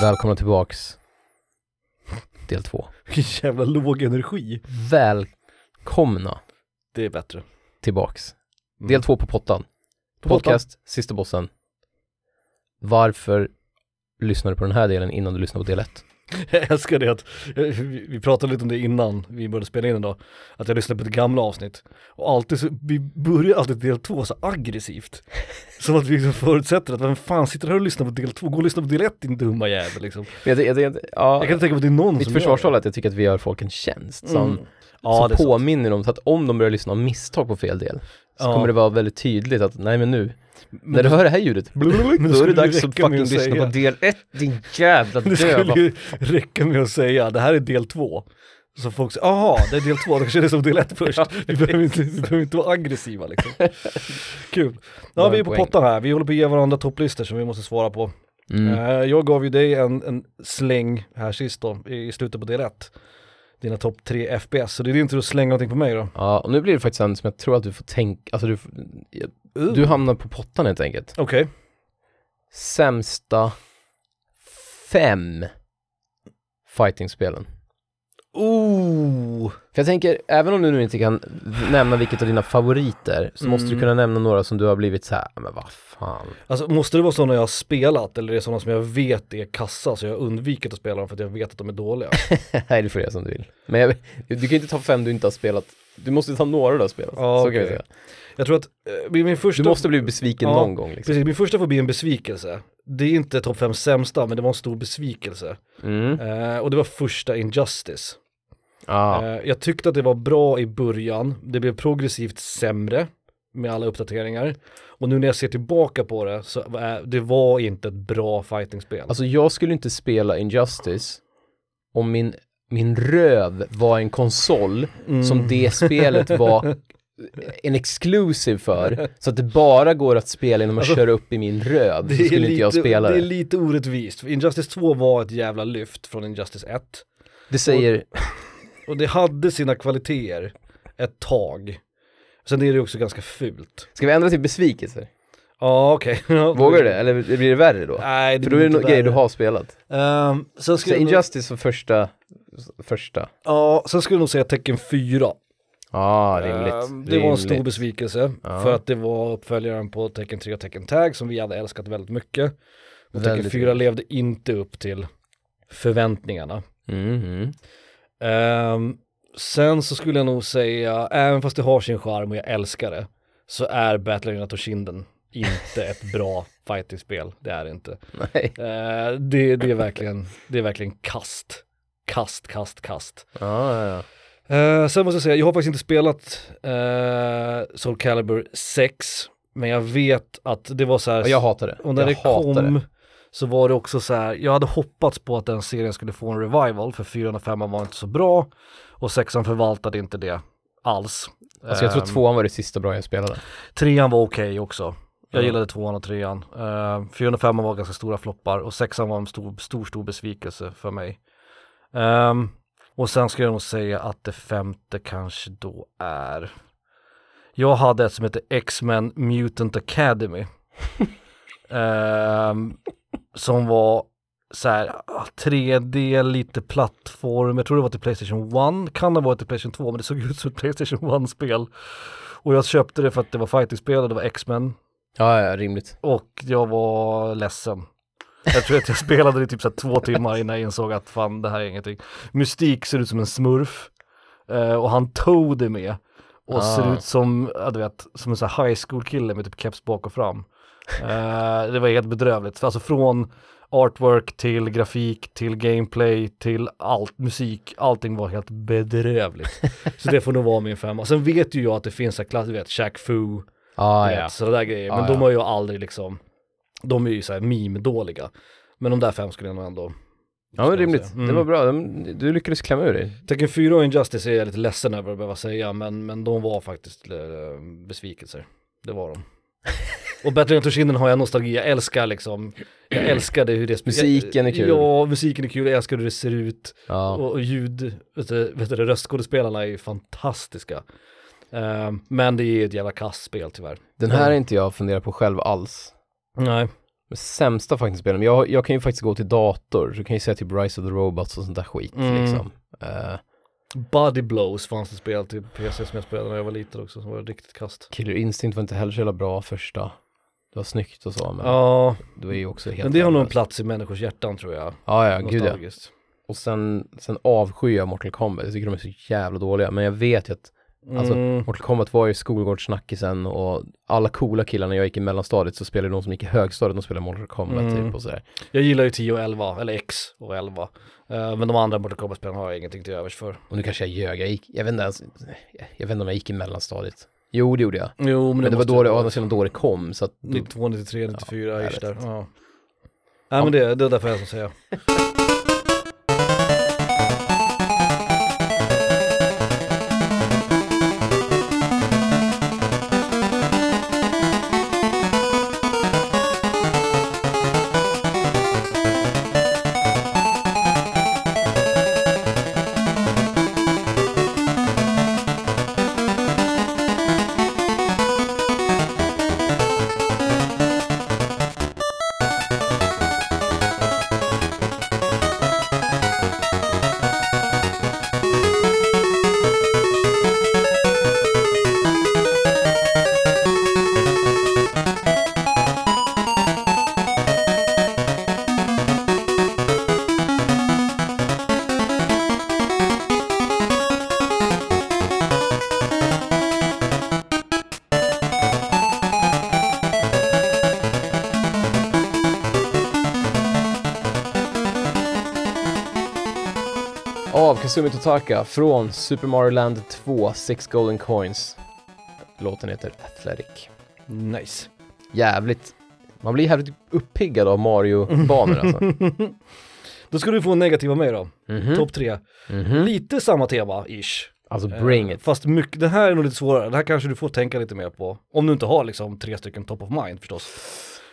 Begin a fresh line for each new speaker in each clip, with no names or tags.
Välkomna tillbaks. Del två.
Vilken jävla låg energi.
Välkomna
Det är bättre.
tillbaks.
Mm.
Del två på pottan. Podcast, sista bossen. Varför lyssnar du på den här delen innan du lyssnar på del ett?
Jag älskar det att, vi vi pratade lite om det innan vi började spela in idag, att jag lyssnade på ett gamla avsnitt. Och alltid så, vi börjar alltid del två så aggressivt. Som att vi liksom förutsätter att vem fan sitter här och lyssnar på del två, gå och lyssna på del ett din dumma jävel liksom.
Jag, jag, jag, ja,
Jag kan inte tänka på att det är någon
mitt
som gör
försvarshåll är att jag tycker att vi gör folk en tjänst
det.
som,
Mm. Ja, det
som
är sant.
påminner om, så att om de börjar lyssna av misstag på fel del, så
Ja.
kommer det vara väldigt tydligt att nej men nu, när du
det-
hör det här ljudet,
Men det
då är det
skulle
dags att
räcka
fucking
med
lyssna
säga-
på del ett, din jävla
Det
döva
skulle ju räcka med att säga, det här är del två. Så folk säger, aha, det är del två, då känns det som del ett först. Vi behöver inte, vi behöver inte vara aggressiva liksom. Kul.
Bra
Ja, vi är på
poäng.
pottan här, vi håller på att ge varandra topplistor som vi måste svara på.
Mm.
Eh, Jag gav ju dig en, en släng här sist då, i i slutet på del ett. Dina topp tre FPS, så det är din tur att slänga någonting på mig då.
Ja, och nu blir det faktiskt en som jag tror att du får tänka, alltså du, får-
Uh.
du hamnar på pottan helt enkelt.
Okej,
Sämsta fem fightingspelen.
oh,
För jag tänker, även om du nu inte kan nämna vilket av dina favoriter, så måste du
Mm.
kunna nämna några som du har blivit så här, men vad fan.
alltså måste det vara sådana jag har spelat eller är det sådana som jag vet är kassa så jag har undvikit att spela dem för att jag vet att de är dåliga?
Nej, du får göra som du vill. Men jag, du kan ju inte ta fem du inte har spelat, du måste ta några du har spelat.
Ja,
så kan jag
okej.
säga.
Jag tror att eh, min, min första...
Du måste bli besviken
Ja,
någon gång liksom.
Precis, min första får bli en besvikelse. Det är inte topp 5 sämsta, men det var en stor besvikelse.
Mm.
Eh, och det var första Injustice.
Ja.
Eh, jag tyckte att det var bra i början, det blev progressivt sämre med alla uppdateringar. Och nu när jag ser tillbaka på det så eh, det var inte ett bra fightingspel.
Alltså jag skulle inte spela Injustice om min, min röv var en konsol
Mm.
som det spelet var en exclusive för. Så att det bara går att spela genom att köra upp i min röv.
Alltså, det,
så skulle
är lite,
inte jag spela
det
det.
är lite orättvist. Injustice 2 var ett jävla lyft från Injustice 1.
Det säger,
Och det hade sina kvaliteter ett tag. Sen är det ju också ganska fult.
ska vi ändra till besvikelse?
Ja, okej.
Vågar du det? Eller blir det värre då?
Nej, det
För då är
blir
det no-
inte
grejer du
värre.
har spelat.
Ehm, sen,
Så
skulle jag, nog-
Injustice som första, första.
ja, sen skulle jag nog säga tecken 4.
Ja, rimligt.
Ehm, det var en stor
rimligt.
besvikelse
Ja.
för att det var uppföljaren på tecken 3 och tecken tag som vi hade älskat väldigt mycket. Och tecken
Väldigt
4 levde inte upp till förväntningarna.
Mhm.
Ehm, sen så skulle jag nog säga, även fast det har sin charm och jag älskar det, så är Battle Arena Toshinden inte ett bra fightingspel. Det är det inte.
Nej.
Eh, det, det, är verkligen, det är verkligen kast. Kast, kast, kast.
Ja, ja,
Eh, sen måste jag säga, jag har faktiskt inte spelat eh, Soul Calibur 6, men jag vet att det var så här,
ja. Jag hatar det.
och när
jag
det
hatar
kom så var det också så här, jag hade hoppats på att den serien skulle få en revival, för 4 och 5 var inte så bra, och 6 förvaltade inte det alls.
Alltså jag tror
Ehm,
tvåan var det sista bra jag spelade.
Trean var okej också. Jag
Ja.
gillade tvåan och trean. Uh, fyran och femman var ganska stora floppar och sexan var en stor, stor, stor besvikelse för mig. Ehm, och sen ska jag nog säga att det femte kanske då är... Jag hade ett som heter X-Men Mutant Academy. Ehm, som var så här ah, 3D, lite plattform. Jag tror det var till Playstation 1, kan ha varit till Playstation 2, men det såg ut som ett Playstation 1-spel. Och jag köpte det för att det var fighting-spel och det var X-Men
Ja, ja, rimligt.
och jag var ledsen. Jag tror att jag spelade det i typ så här två timmar innan jag insåg att fan det här är ingenting. Mystik ser ut som en smurf eh, och han Toad är med och ser
Ah.
ut som, ja, du vet, som en sån här high school kille med typ keps bak och fram. Eh, det var helt bedrövligt, alltså från artwork till grafik till gameplay till allt, musik, allting var helt bedrövligt. Så det får nog vara min femma. Sen vet ju jag att det finns så här klass, du vet, Shaq Fu,
Ah,
vet,
ja.
Sådana där grejer.
Ja,
Men de
ja.
har ju aldrig liksom, de är ju såhär meme-dåliga. Men de där fem skulle jag nog ändå...
ja, men rimligt.
Mm.
Det var bra. De- Du lyckades klämma ur dig.
Tecken 4 och Injustice är jag lite ledsen över att behöva säga, men, men de var faktiskt eh, besvikelser. Det var de. Och Battle Arena Toshinden har jag nostalgi, jag älskar liksom, jag älskade hur det spe-
Musiken är kul.
Ja, musiken är kul, jag älskar hur det ser ut.
Ja.
Och, och ljud, vet du, vet du, röstskådespelarna är ju fantastiska. Eh, men det är ett jävla kastspel tyvärr.
Den här är inte jag funderat på själv alls.
Nej.
de sämsta faktiskt spelen. Men Jag, jag kan ju faktiskt gå till dator, så kan jag säga typ Rise of the Robots och sånt där skit
Mm.
liksom. Eh,
Body Blows fanns det spel till PC som jag spelade när jag var liten också som var riktigt kast.
Killer Instinct var inte heller så jävla bra första. Det var snyggt och så, men
Ja,
det var ju också helt
men det har nog en
värdelöst.
plats i människors hjärtan tror jag.
Ja, ja, gud ja.
Nostalgiskt.
Och sen, sen avskyr jag Mortal Kombat, jag tycker de är så jävla dåliga. Men jag vet ju att Alltså,
Mm.
Mortal Kombat var ju skolgårdssnackisen och alla coola killar när jag gick i mellanstadiet så spelade de som gick i högstadiet, de spelade Mortal Kombat
Mm.
typ och sådär.
Jag gillar ju 10 och 11, eller X och 11. Eh, men de andra Mortal Kombat-spelen har jag ingenting till övers för.
Och nu kanske jag ljög, jag gick, jag vet inte ens, jag vet inte om jag gick i mellanstadiet. Jo, det gjorde jag.
Jo, men,
Men det var då det, å andra sidan då det kom, så att typ
92, 93, 94,
jag
ja,
vet
där.
inte.
Ja. Nej men det, det är därför jag som säger.
av Kazumi Totaka från Super Mario Land 2, Six Golden Coins. Låten heter Athletic.
Nice.
Jävligt, man blir jävligt uppiggad av Mario-banor alltså.
Då ska du få en negativ av mig då.
Mhm.
Topp tre.
Mhm.
Lite samma tema, ish.
Alltså
Eh,
bring it.
Fast mycket, det här är nog lite svårare, det här kanske du får tänka lite mer på. Om du inte har liksom tre stycken top of mind förstås.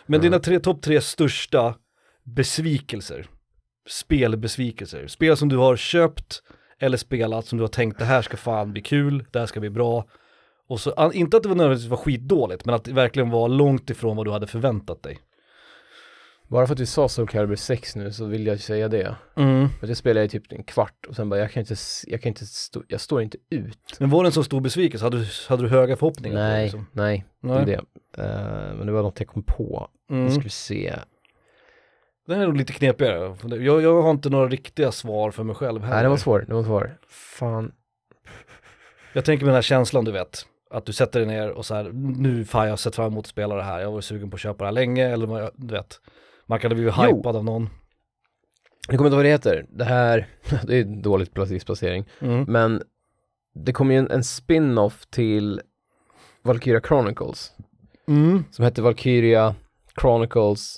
Men
Mm.
dina tre, topp tre största besvikelser, spelbesvikelser, spel som du har köpt eller spelat som du har tänkt det här ska fan bli kul, det här ska bli bra. Och så, an- inte att det var nödvändigtvis var skitdåligt, men att det verkligen var långt ifrån vad du hade förväntat dig.
Bara för att vi sa Soul Calibur 6 nu så vill jag ju säga det. För att jag spelade i typ en kvart och sen bara, jag kan inte, s- jag kan inte, stå, jag står inte ut.
Men var det en så stor besvikelse? Hade du, hade du höga förhoppningar? på det,
Nej,
liksom?
nej, det är
Nej.
det. Eh, men det var något jag kom på. Nu
Mm.
ska vi se.
Den är nog lite knepigare. Jag, jag har inte några riktiga svar för mig själv heller.
Nej, det var svår, det var svår. Fan.
Jag tänker med den här känslan du vet, att du sätter dig ner och så här, nu fan jag har sett fram emot att spela det här, jag har varit sugen på att köpa det här länge, eller vad jag- du vet, man kan ha blivit
Jo.
hypad av någon.
Jag kommer inte ihåg vad det heter. Det här, det är dåligt placering.
Mm.
Men det kom ju en, en spin-off till Valkyria Chronicles.
Mm.
Som hette Valkyria Chronicles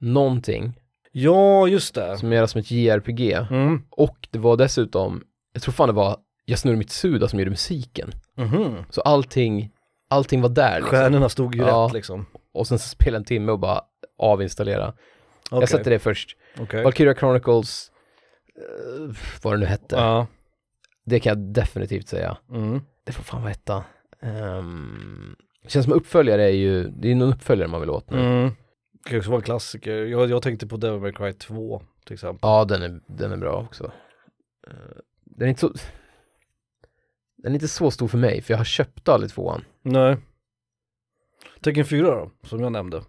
någonting.
Ja, just det.
Som är som ett JRPG.
Mm.
Och det var dessutom, jag tror fan det var Yasunori Mitsuda som gjorde musiken.
Mhm.
Så allting, allting var där liksom.
Stjärnorna stod ju
Ja.
rätt liksom.
Och sen så spelade en timme och bara avinstallera.
Okej.
Jag satte det först.
Okej.
Valkyria Chronicles, eh, vad det nu hette.
Ja.
Det kan jag definitivt säga.
Mm.
Det får fan vara etta. Ehm, det känns som uppföljare är ju, det är någon uppföljare man vill åt nu.
Mm. Det kan också vara en klassiker. Jag, jag tänkte på Devil May Cry 2 till exempel.
Ja, den är, den är bra också. Eh, den är inte så... Den är inte så stor för mig, för jag har köpt aldrig tvåan.
Nej. Tekken 4 då, som jag nämnde.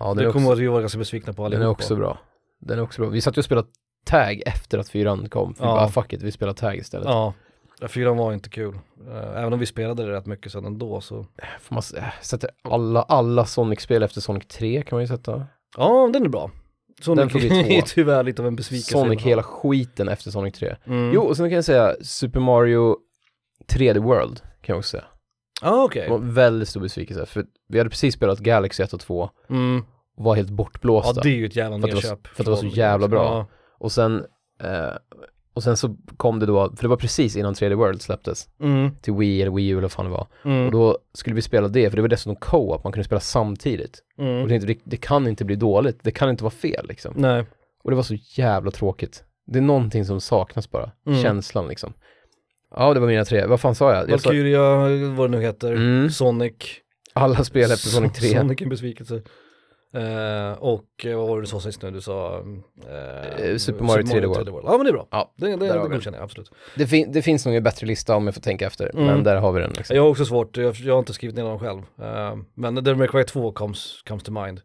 Ja, den
det
är också-
kommer vi vara ganska besvikna på
Den
allihopa.
är också bra. Den är också bra. Vi satt ju och spelade tag efter att fyran kom. För
Ja.
Vi bara, fuck it, vi spelar tag istället.
Ja. Ja, Fyran var inte kul. Eh, Även om vi spelade det rätt mycket sedan ändå så
Får man s- äh, sätter alla, alla Sonic-spel efter Sonic 3 kan man ju sätta.
Ja, den är bra. Sonic
Den får bli
är
två.
tyvärr lite av en besvikelse.
Sonic hela skiten efter Sonic 3.
Mm.
Jo, och sen kan jag säga Super Mario 3D World kan jag också säga.
Ah, okej.
Det var en väldigt stor besvikelse för vi hade precis spelat Galaxy 1 och 2
Mm.
och var helt
Ja,
bortblåsta.
det är ju ett jävla
För att det var-
nedköp.
för att det var så
från-
jävla bra.
Ja.
Och sen, eh, och sen så kom det då, för det var precis innan 3D World släpptes,
Mm.
till Wii eller Wii U eller vad fan det var.
Mm.
Och då skulle vi spela det, för det var dessutom co-op, man kunde spela samtidigt. Och jag
mm.
tänkte, det, det kan inte bli dåligt, det kan inte vara fel liksom.
Nej.
Och det var så jävla tråkigt. Det är någonting som saknas bara,
Mm.
känslan liksom. Ja, det var mina tre. Vad fan sa jag? jag sa,
Valkyria, vad det nu heter.
Mm.
Sonic.
alla spel efter Sonic 3.
Sonic är en besvikelse. Eh, och eh, vad var det du sa sist nu? Du sa... eh,
Eh, Super Mario 3D World.
Ja men det är bra.
Ja,
det, det,
där har
det
vi.
godkänner jag absolut.
Det, fin- det finns nog en bättre lista om jag får tänka efter, men där har vi den. Liksom.
Jag har också svårt, jag, jag har inte skrivit ner dem själv. Eh, men Devil May Cry 2 comes, comes to mind.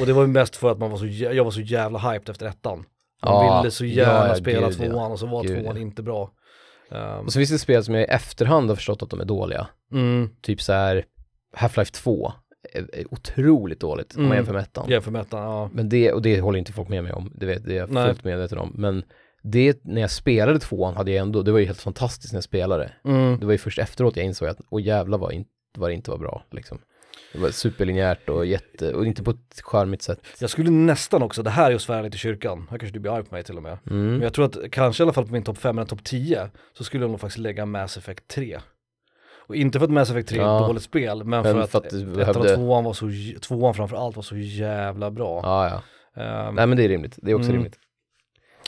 Och det var ju mest för att man var så, jä- jag var så jävla hyped efter ettan. Man
Ja,
ville så
ja,
gärna
ja,
spela
gud, ja.
tvåan och så var
Gud,
tvåan
ja.
inte bra. Ehm,
Och så finns det spel som jag i efterhand har förstått att de är dåliga.
mm,
Typ så här Half-Life 2 är är otroligt dåligt om
Mm.
man jämför med ettan.
jämför med ettan, ja.
Men det, och det håller inte folk med mig om, det, vet, det är jag
Nej.
fullt medveten om. Men det, när jag spelade tvåan hade jag ändå, det var ju helt fantastiskt när jag spelade.
Mm.
Det var ju först efteråt jag insåg att, åh jävlar vad, in, vad det inte var bra liksom. Det var superlinjärt och jätte, och inte på ett charmigt sätt.
Jag skulle nästan också, det här är att svära lite i kyrkan, här kanske du blir arg på mig till och med. Men
Mm.
jag tror att kanske i alla fall på min topp 5 eller topp 10 så skulle jag nog faktiskt lägga Mass Effect 3. Och inte för att Mass Effect 3 är ett
Ja.
dåligt spel, men,
Men
för att,
för att du
ettan och
behövde-
tvåan, var så, j- tvåan framför allt var så jävla bra.
Ja, ja.
Ehm,
Nej men det är rimligt, det är också
Mm.
rimligt.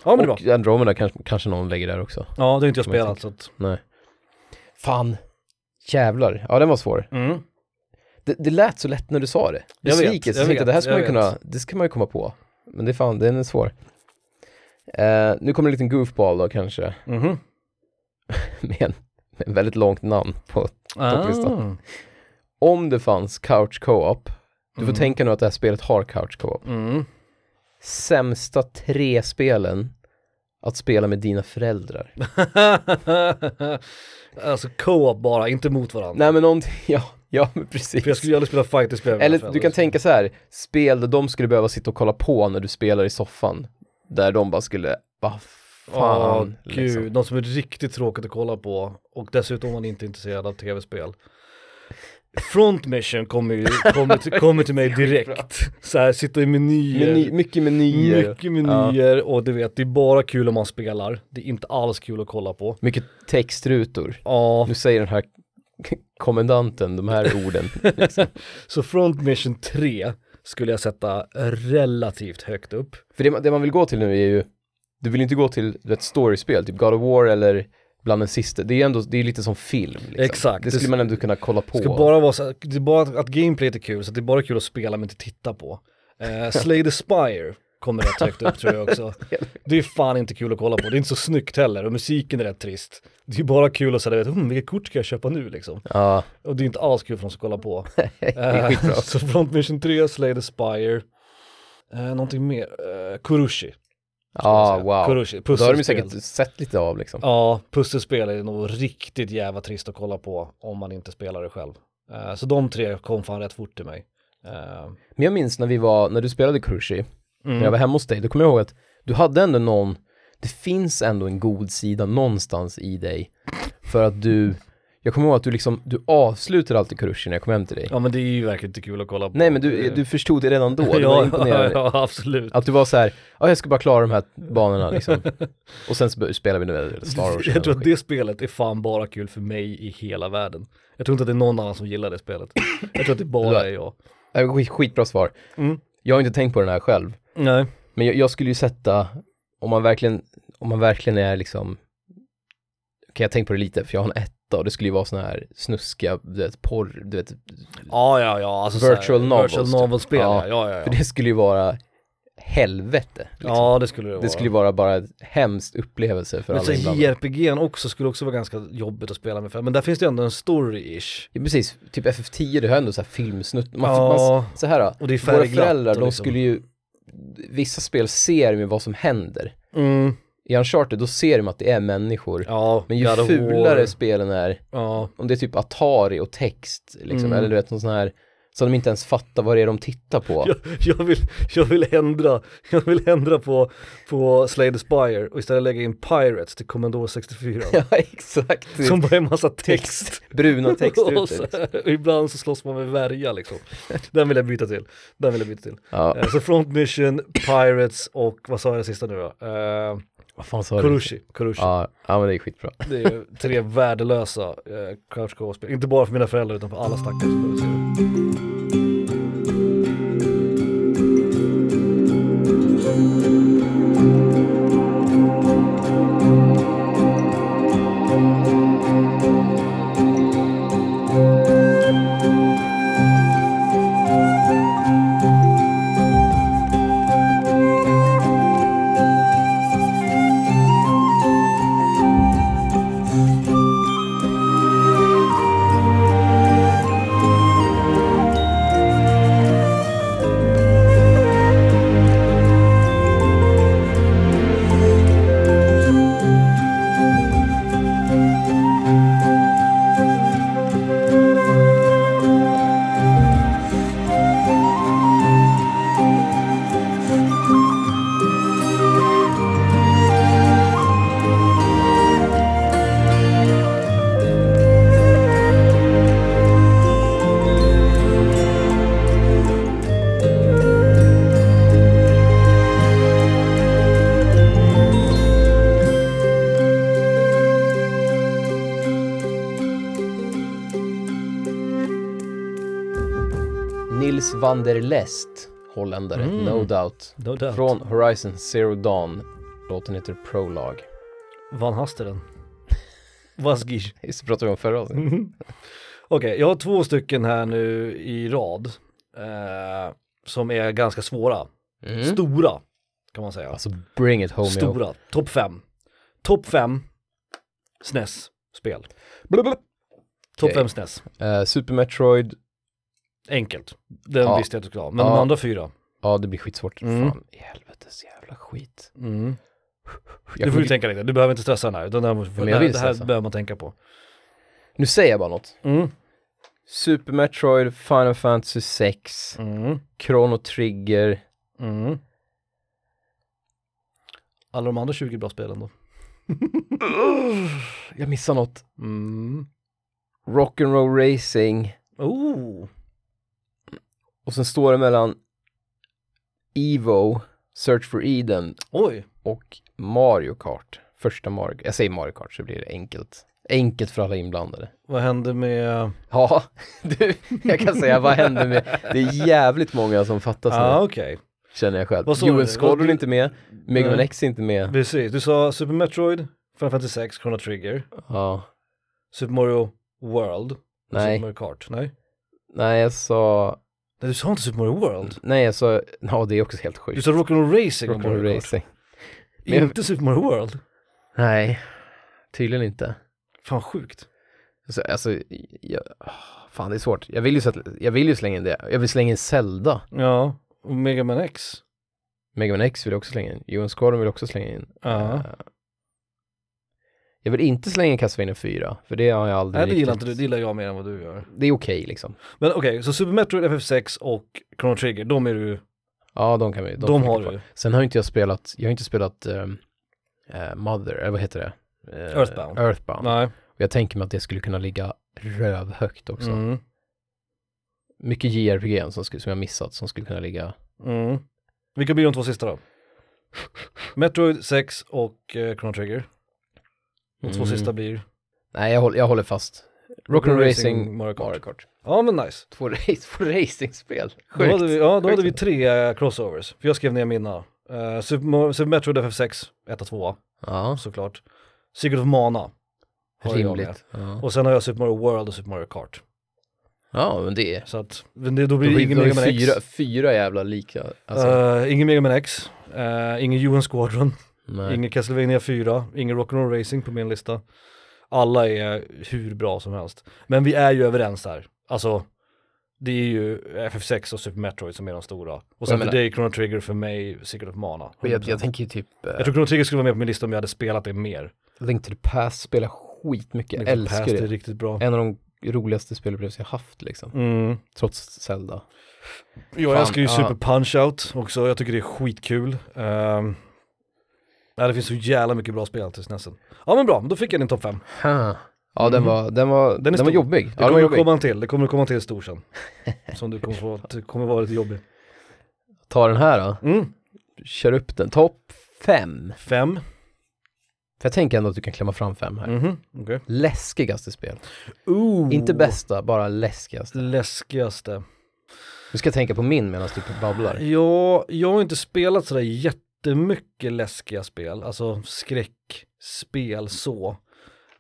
ja men det är bra.
Och Andromeda kanske, kanske någon lägger där också.
Ja, det har inte jag
Kan man
spelat så att...
Nej. Fan. Jävlar. Ja, den var svår.
Mm.
Det, det lät så lätt när du sa det.
Jag vet,
Besvikelse.
jag
Jag tänkte,
vet,
det här ska
jag
man ju
vet.
kunna, det ska man ju komma på. Men det är fan, den är svår. Eh, nu kommer en liten goofball då kanske,
Mhm.
med, en, med en väldigt långt namn på.
Ah.
Topplistan. Om det fanns couch co-op, du får
Mm.
tänka nu att det här spelet har couch co-op.
Mm.
Sämsta tre spelen att spela med dina föräldrar.
alltså co-op bara, inte mot varandra.
Nej men någonting, ja, ja men precis.
För jag skulle ju aldrig spela fighterspel med mina
Eller du
föräldrar.
kan tänka så här, spel där de skulle behöva sitta och kolla på när du spelar i soffan. Där de bara skulle, vad
Ja,
fan.
gud,
liksom.
något som är riktigt tråkigt att kolla på och dessutom man inte är intresserad av tv-spel. Front Mission kommer ju kommer till, kommer till mig direkt. Så här, sitta i menyer,
Meny, mycket menyer.
mycket menyer och du vet, det är bara kul om man spelar. Det är inte alls kul att kolla på.
mycket textrutor.
Ja,
Nu säger den här kommendanten de här orden. Liksom.
så Front Mission 3 skulle jag sätta relativt högt upp.
För det, man- det man vill gå till nu är ju, du vill inte gå till ett storiespel, typ God of War eller bland den sista. Det är ju ändå, det är lite som film. Liksom.
Exakt.
Det skulle man ändå kunna kolla på.
Det ska bara vara så, här- det är bara att, att gameplay är kul, så det är bara kul att spela men inte titta på. Eh, Slay the Spire kommer rätt högt upp tror jag också. Det är fan inte kul att kolla på, det är inte så snyggt heller och musiken är rätt trist. Det är bara kul att säga, hm, vilket kort ska jag köpa nu liksom?
Ja,
Och det är inte alls kul för oss att kolla på.
det är skitbra.
Eh, så Front Mission 3, Slay the Spire, eh, någonting mer, eh, Kurushi. ska man
ah,
säga.
wow.
Kurushi,
Då har de ju
pusselspel.
säkert sett lite av liksom.
Ja, pusselspel är nog riktigt jävla trist att kolla på om man inte spelar det själv. Eh, så de tre kom fan rätt fort till mig. Eh,
Men jag minns när vi var, när du spelade Cruci,
Mm.
när jag var hemma hos dig, då kommer jag ihåg att du hade ändå någon, det finns ändå en god sida någonstans i dig. För att du, jag kommer ihåg att du liksom, du avslutar alltid Cruci när jag kom hem till dig.
ja men det är ju verkligen inte kul att kolla på.
Nej men du, du förstod det redan då, det var
ja, ja,
imponerande. Alltså,
ja, absolut.
Att du var så här, ja jag ska bara klara de här banorna liksom. Och sen så spelar vi nu Star Wars.
Jag tror att
det...
det spelet är fan bara kul för mig i hela världen. Jag tror inte att det är någon annan som gillar det spelet. Jag tror att det bara är jag.
Äh, skit, skitbra svar.
Mm.
Jag har inte tänkt på den här själv.
Nej.
Men jag, jag skulle ju sätta, om man verkligen, om man verkligen är liksom, okej jag tänker på det lite, för jag har en etta och det skulle ju vara sådana här snuska, du vet, porr, du vet,
Ja, ja, ja. Alltså,
Virtual
så här,
novels,
Virtual
typ.
novel-spel, ja.
Ja.
Ja, ja,
för
ja.
det skulle ju vara helvete. Liksom.
ja, det skulle det vara.
Det skulle ju vara bara en hemskt upplevelse för
men
alla
sen
inblandade.
JRPG också skulle också vara ganska jobbigt att spela med, för- men där finns det ändå en story-ish.
Ja, precis, typ FF10, det har ändå så här filmsnutt. Man,
Ja.
man, så här då,
Och det är
våra
färgglatt
föräldrar,
och
de
liksom-
skulle ju, vissa spel ser ju vad som händer.
Mm.
I Uncharted, då ser de att det är människor.
Ja,
Men ju
God of
fulare
War.
spelen är,
Ja,
om det är typ Atari och text, liksom,
Mm.
eller du vet någon sån här, så de inte ens fattar vad det är de tittar på.
jag, jag, vill, jag vill ändra, jag vill ändra på, på Slay the Spire och istället lägga in Pirates till Commodore 64.
Ja, exakt.
Som bara är en massa text.
Bruna textrutor.
Och så,
liksom.
ibland så slåss man med värja liksom. Den vill jag byta till. Den vill jag byta till.
Ja,
Eh, Så Front Mission, Pirates och vad sa jag det sista nu då? Eh,
vad fan sa du?
Kurushi. Kurushi.
Ja, ja, men det är skitbra.
Det är ju tre värdelösa eh, couch co-spel. Inte bara för mina föräldrar utan för alla stackare som behöver se det.
Thijs van der Lest, holländare,
Mm.
no doubt.
No doubt.
Från Horizon Zero Dawn. Låten heter Prologue.
Van Hasteren. Vasgish.
Just det, pratade vi om förra avsnittet.
Mhm. Okej, jag har två stycken här nu i rad. Eh, som är ganska svåra.
Mm.
Stora, kan man säga.
Alltså bring it home. yo.
Stora. Topp fem. Topp fem SNES-spel.
Blablabla.
Topp
Okej.
fem SNES.
Eh, Super Metroid.
Enkelt. Den
Ja.
visste jag att du skulle ha. Men de
Ja.
andra fyra.
Ja, det blir skitsvårt.
Mm.
Fan, i helvetes jävla skit. Mm. Jag
Du får
kommer...
ju tänka lite. Du behöver inte stressa den här. Utan det här,
men
det
jag
här,
vill
det här
stressa.
behöver man tänka på.
Nu säger jag bara något.
Mm.
Super Metroid, Final Fantasy 6,
Mm.
Chrono Trigger.
Mm. Alla de andra 20 bra spelen då.
Jag missar något.
Mm.
Rock'n'Roll Racing.
Oh.
Och sen står det mellan Evo, Search for Eden
Oj.
och Mario Kart. Första Mario Jag säger Mario Kart så blir det enkelt. Enkelt för alla inblandade.
Vad hände med...
Ja, du, jag kan säga vad hände med... Det är jävligt många som fattar sådana,
ah, okej.
känner jag själv.
Vad sa
Joel
du? Vad
Squadron
du-
är inte med, Mega Man
Nej.
X är inte med.
Precis, du sa Super Metroid, Final Fantasy 6, Chrono Trigger,
Ja.
Super Mario World, och
Nej.
Super Mario Kart. Nej.
Nej, jag sa...
Nej, du sa inte Super Mario World.
Nej, jag sa... Ja, det är också helt
Du
sjukt.
sa Rock'n'Roll Racing och Mario
Rock'n'Roll
Kart.
Racing. Men jag-
Inte Super Mario World.
Nej, tydligen inte.
Fan sjukt.
Alltså, alltså jag, ah, fan det är svårt. Jag vill, ju, sätta- jag vill ju slänga in det. Jag vill slänga in Zelda.
Ja, och Mega Man X.
Mega Man X vill jag också slänga in. Johan Squadron vill jag också slänga in.
Ja.
Eh, jag vill inte slänga in Castlevania 4, för det har jag aldrig
Nej, det gillar inte
riktigt-
du, det gillar jag mer än vad du gör.
Det är okej liksom.
Men okej, så Super Metroid, FF6 och Chrono Trigger, de är du,
Ja, de kan vi.
de,
får ligga
har
kvar.
du.
Sen har inte jag spelat, jag har inte spelat ehm, eh, Mother, eller vad heter det? Eh,
Earthbound.
Earthbound.
Nej.
Och jag tänker mig att det skulle kunna ligga rövhögt också.
Mm.
Mycket JRPG som, skulle- som jag missat som skulle kunna ligga...
Mm. Vilka blir de två sista då? Metroid 6 och eh, Chrono Trigger. De två
Mm.
sista blir?
Nej, jag håller, jag håller fast. Rock'n'Racing, Racing,
Mario Kart.
Mario Kart.
Ja men nice.
Två, race, två racingspel.
Då
Sjukt.
hade vi, ja, då
Sjukt.
hade vi tre eh, crossovers, för jag skrev ner mina. Eh, Super, Mo- Super Metroid FF6, 1 och 2
Ja,
såklart. Secret of Mana. har jag med.
rimligt. Ja.
Och sen har jag Super Mario World och Super Mario Kart.
ja, men det är...
Så att, men det, då
Då
blir det
blir,
ingen
då
Mega
är
Man X.
fyra, fyra jävla lika. Alltså,
Eh, ingen Mega Man X, eh, ingen UN Squadron,
nej.
ingen Castlevania 4, ingen Rock'n'Roll Racing på min lista. Alla är hur bra som helst. Men vi är ju överens här. Alltså, det är ju FF6 och Super Metroid som är de stora. Och sen
Jag menar-
för dig Chrono Trigger, för mig Secret of Mana.
Och jag, jag
100%.
tänker ju typ... eh,
jag tror Chrono Trigger skulle vara med på min lista om jag hade spelat det mer.
Link to the Past spelar skitmycket. Jag älskar
Past är
det.
riktigt bra.
En av de roligaste spelupplevelser jag haft liksom.
Mm.
Trots Zelda.
Jag
Fan,
älskar ju
ja.
Super Punch-Out också, jag tycker det är skitkul. Um, nej, det finns så jävla mycket bra spel till SNESen. Ja men bra, då fick jag din topp 5.
Ha. Ja, den
Mhm.
var, den var,
Den
den
är
var
stor.
jobbig.
Det
Ja, den var
kommer att
jobbig.
komma en till, det kommer att komma en till stor sen. Som du kommer, få, det kommer vara lite jobbig.
Ta den här då.
Mm.
Kör upp den. Topp fem.
Fem.
För jag tänker ändå att du kan klämma fram fem här.
Mhm, okej.
Läskigaste spel.
Ooh.
Inte bästa, bara läskigaste.
Läskigaste.
Du ska tänka på min medan du typ
Mm.
babblar.
Ja, jag har inte spelat sådär jättemycket läskiga spel, alltså skräckspel så.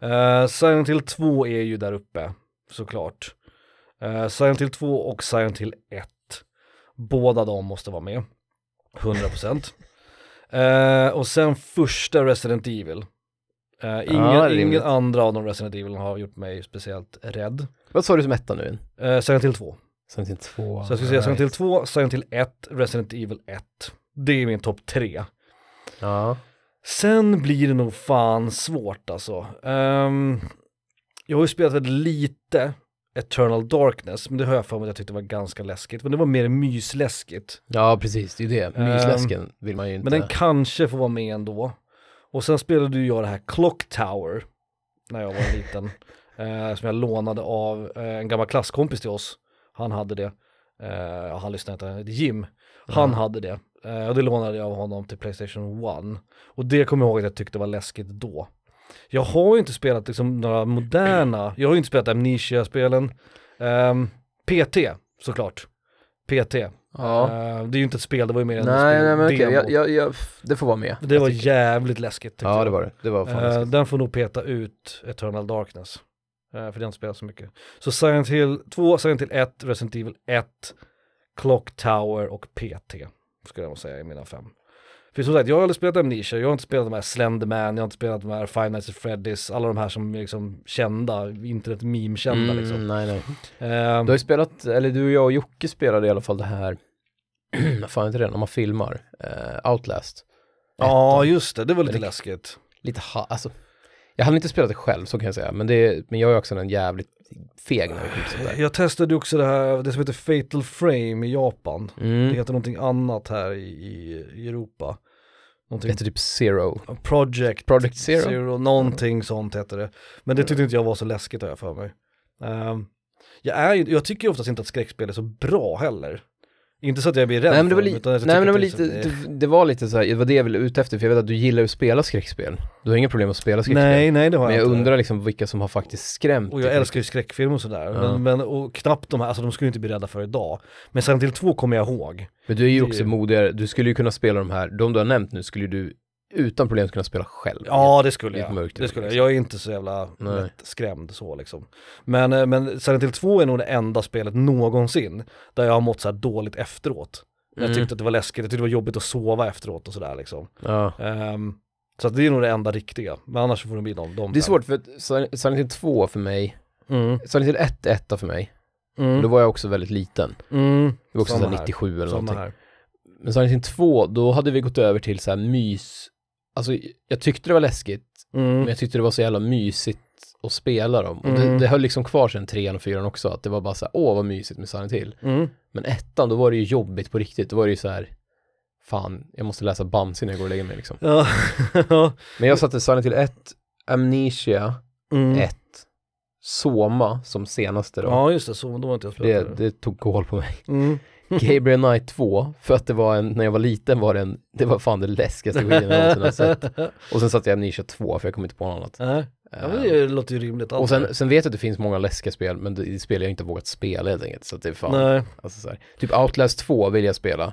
Uh, Silent Hill 2 är ju där uppe, såklart. Uh, Silent Hill 2 och Silent Hill 1, båda de måste vara med, 100%. Eh, och sen första Resident Evil. Eh, ingen,
Ja, Ah, det är rimligt.
ingen andra av de Resident Evil har gjort mig speciellt rädd.
Vad sa du som etta nu?
Uh, Silent Hill 2.
Sen till två.
Så jag skulle säga Silent Hill 2, Silent Hill 1, Resident Evil 1. Det är min topp 3.
Ja.
Sen blir det nog fan svårt alltså. Ehm, jag har ju spelat väldigt lite Eternal Darkness, men det har jag för mig att jag tyckte var ganska läskigt. Men det var mer mysläskigt.
ja, precis. Det är ju det. Mysläsken vill man ju inte.
Ehm, Men den kanske får vara med ändå. Och sen spelade ju jag det här Clock Tower när jag var liten. eh, som jag lånade av eh, en gammal klasskompis till oss. Han hade det. Eh, ja, han lyssnade inte, han hette Jim. Han hade det. Eh, och det lånade jag av honom till Playstation 1. Och det kommer jag ihåg att jag tyckte var läskigt då. Jag har ju inte spelat liksom några moderna, jag har ju inte spelat Amnesia-spelen. Ehm, PT såklart. PT.
Ja.
Eh, det är ju inte ett spel, det var ju mer en
nej, nej, men okej.
speldemo.
Jag, jag, jag, det får vara med.
Det
Jag
var
tycker-
jävligt läskigt tyckte
Ja,
jag.
det var det. Det var fan
Eh,
läskigt.
den får nog peta ut Eternal Darkness. Eh, för den spelar så mycket. Så Silent Hill 2, Silent Hill 1, Resident Evil 1, Clock Tower och PT. Skulle jag nog säga i mina fem. För som sagt, jag har aldrig spelat Amnesia, jag har inte spelat de här Slenderman, jag har inte spelat de här Five Nights at Freddy's, alla de här som är liksom kända, internet meme-kända
Mm,
liksom.
Nej, nej.
Eh,
Du har ju spelat, eller du och jag och Jocke spelade i alla fall det här, vad fan heter det, när man filmar, eh, Outlast.
ja, just det, det var lite
Men det-
läskigt.
Lite ha, alltså, jag hade inte spelat det själv, så kan jag säga, men, det, men jag är också en jävligt feg när det kommer till sånt där.
Jag testade ju också det här, det som heter Fatal Frame i Japan. Det
Mm.
heter någonting annat här i, i i Europa.
Det
Någonting
heter typ Zero.
Project
Project Zero.
någonting sånt hette det. Men det tyckte inte jag var så läskigt har jag för mig. Ehm, jag, är, ju- jag tycker oftast inte att skräckspel är så bra heller. Inte så att jag blir rädd
Nej men det
för
var
dem, utan
lite,
att jag
nej,
tycker
men det var
att
lite,
är så-
det, det var lite så här, det var det jag ville ut efter, för jag vet att du gillar ju att spela skräckspel. Du har inga problem att spela skräckspel.
Nej, nej det har
men
jag,
jag
inte.
undrar liksom vilka som har faktiskt skrämt
Och
dig.
jag älskar ju skräckfilm och sådär.
Ja.
Men, men och knappt de här, alltså de skulle jag inte bli rädda för idag. Men sen till två kommer jag ihåg.
Men du är ju
det-
också modigare, du skulle ju kunna spela de här, de du har nämnt nu skulle ju du utan problem kunna spela själv.
Ja det skulle
det är
jag.
ett mörkt
det
ögonblick,
skulle jag.
liksom.
jag är inte så jävla
Nej.
lätt skrämd så liksom. Men, eh, men Silent Hill 2 är nog det enda spelet någonsin där jag har mått så här dåligt efteråt. Jag
Mm.
tyckte att det var läskigt, jag tyckte det var jobbigt att sova efteråt och sådär liksom.
Ja.
Ehm, så att det är nog det enda riktiga, men annars får det bli de, de
Det är
fem.
svårt för att Silent Silent Hill 2 för mig,
Mm.
Silent Hill 1 är etta för mig, och då
Mm.
var jag också väldigt liten.
Mm.
Det var också
Samma
såhär
här.
97 eller
Samma
någonting.
här.
Men Silent Hill 2, då hade vi gått över till så här mys, alltså jag tyckte det var läskigt, men
Mm.
jag tyckte det var så jävla mysigt att spela dem. Och det,
Mm.
det höll liksom kvar sen trean och fyran också, att det var bara så här, åh vad mysigt med Silent Hill.
Mm.
Men ettan, då var det ju jobbigt på riktigt, då var det ju så här, fan, jag måste läsa Bamse innan jag går och lägger mig liksom.
Ja.
Men jag satte Silent Hill 1, Amnesia
mm.
1, Soma som senaste då.
Ja just det, så då har inte jag
Det,
spelat det.
det tog kål på mig.
Mm.
Gabriel Knight 2, för att det var en, när jag var liten var det en, det var fan det läskigaste skiten jag någonsin har sett. Och sen satte jag Amnesia 2, för jag kom inte på något annat.
Nej. ja, men
Eh,
det låter ju rimligt. alltså. allt
och sen,
det
sen vet jag att det finns många läskiga spel, men det, det är spel jag inte har vågat spela helt enkelt. Så att det är
här.
fan,
Nej.
alltså så här. Typ Outlast 2 vill jag spela,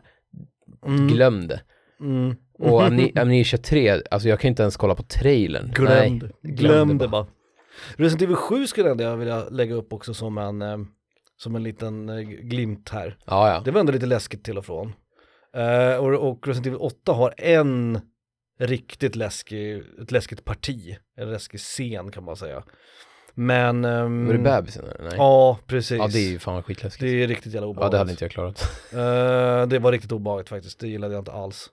Mm.
glöm det.
Mm.
Och Amne- Amnesia 3, alltså jag kan inte ens kolla på trailern.
Glöm,
Nej.
det. glöm,
glöm
det
det
bara. Resident Evil 7 skulle jag ändå vilja lägga upp också som en, eh, som en liten eh, glimt här.
Ja, ja.
Det var ändå lite läskigt till och från. Eh, och, och Resident Evil 8 har en riktigt läskig, ett läskigt parti, en läskig scen kan man säga. Men... ehm,
Var det bebisen eller? Nej.
Ja, precis.
Ja, det är ju fan skitläskigt.
Det är riktigt jävla
ja,
obehagligt.
det hade inte jag klarat.
Eh, det var riktigt obehagligt faktiskt, det gillade jag inte alls.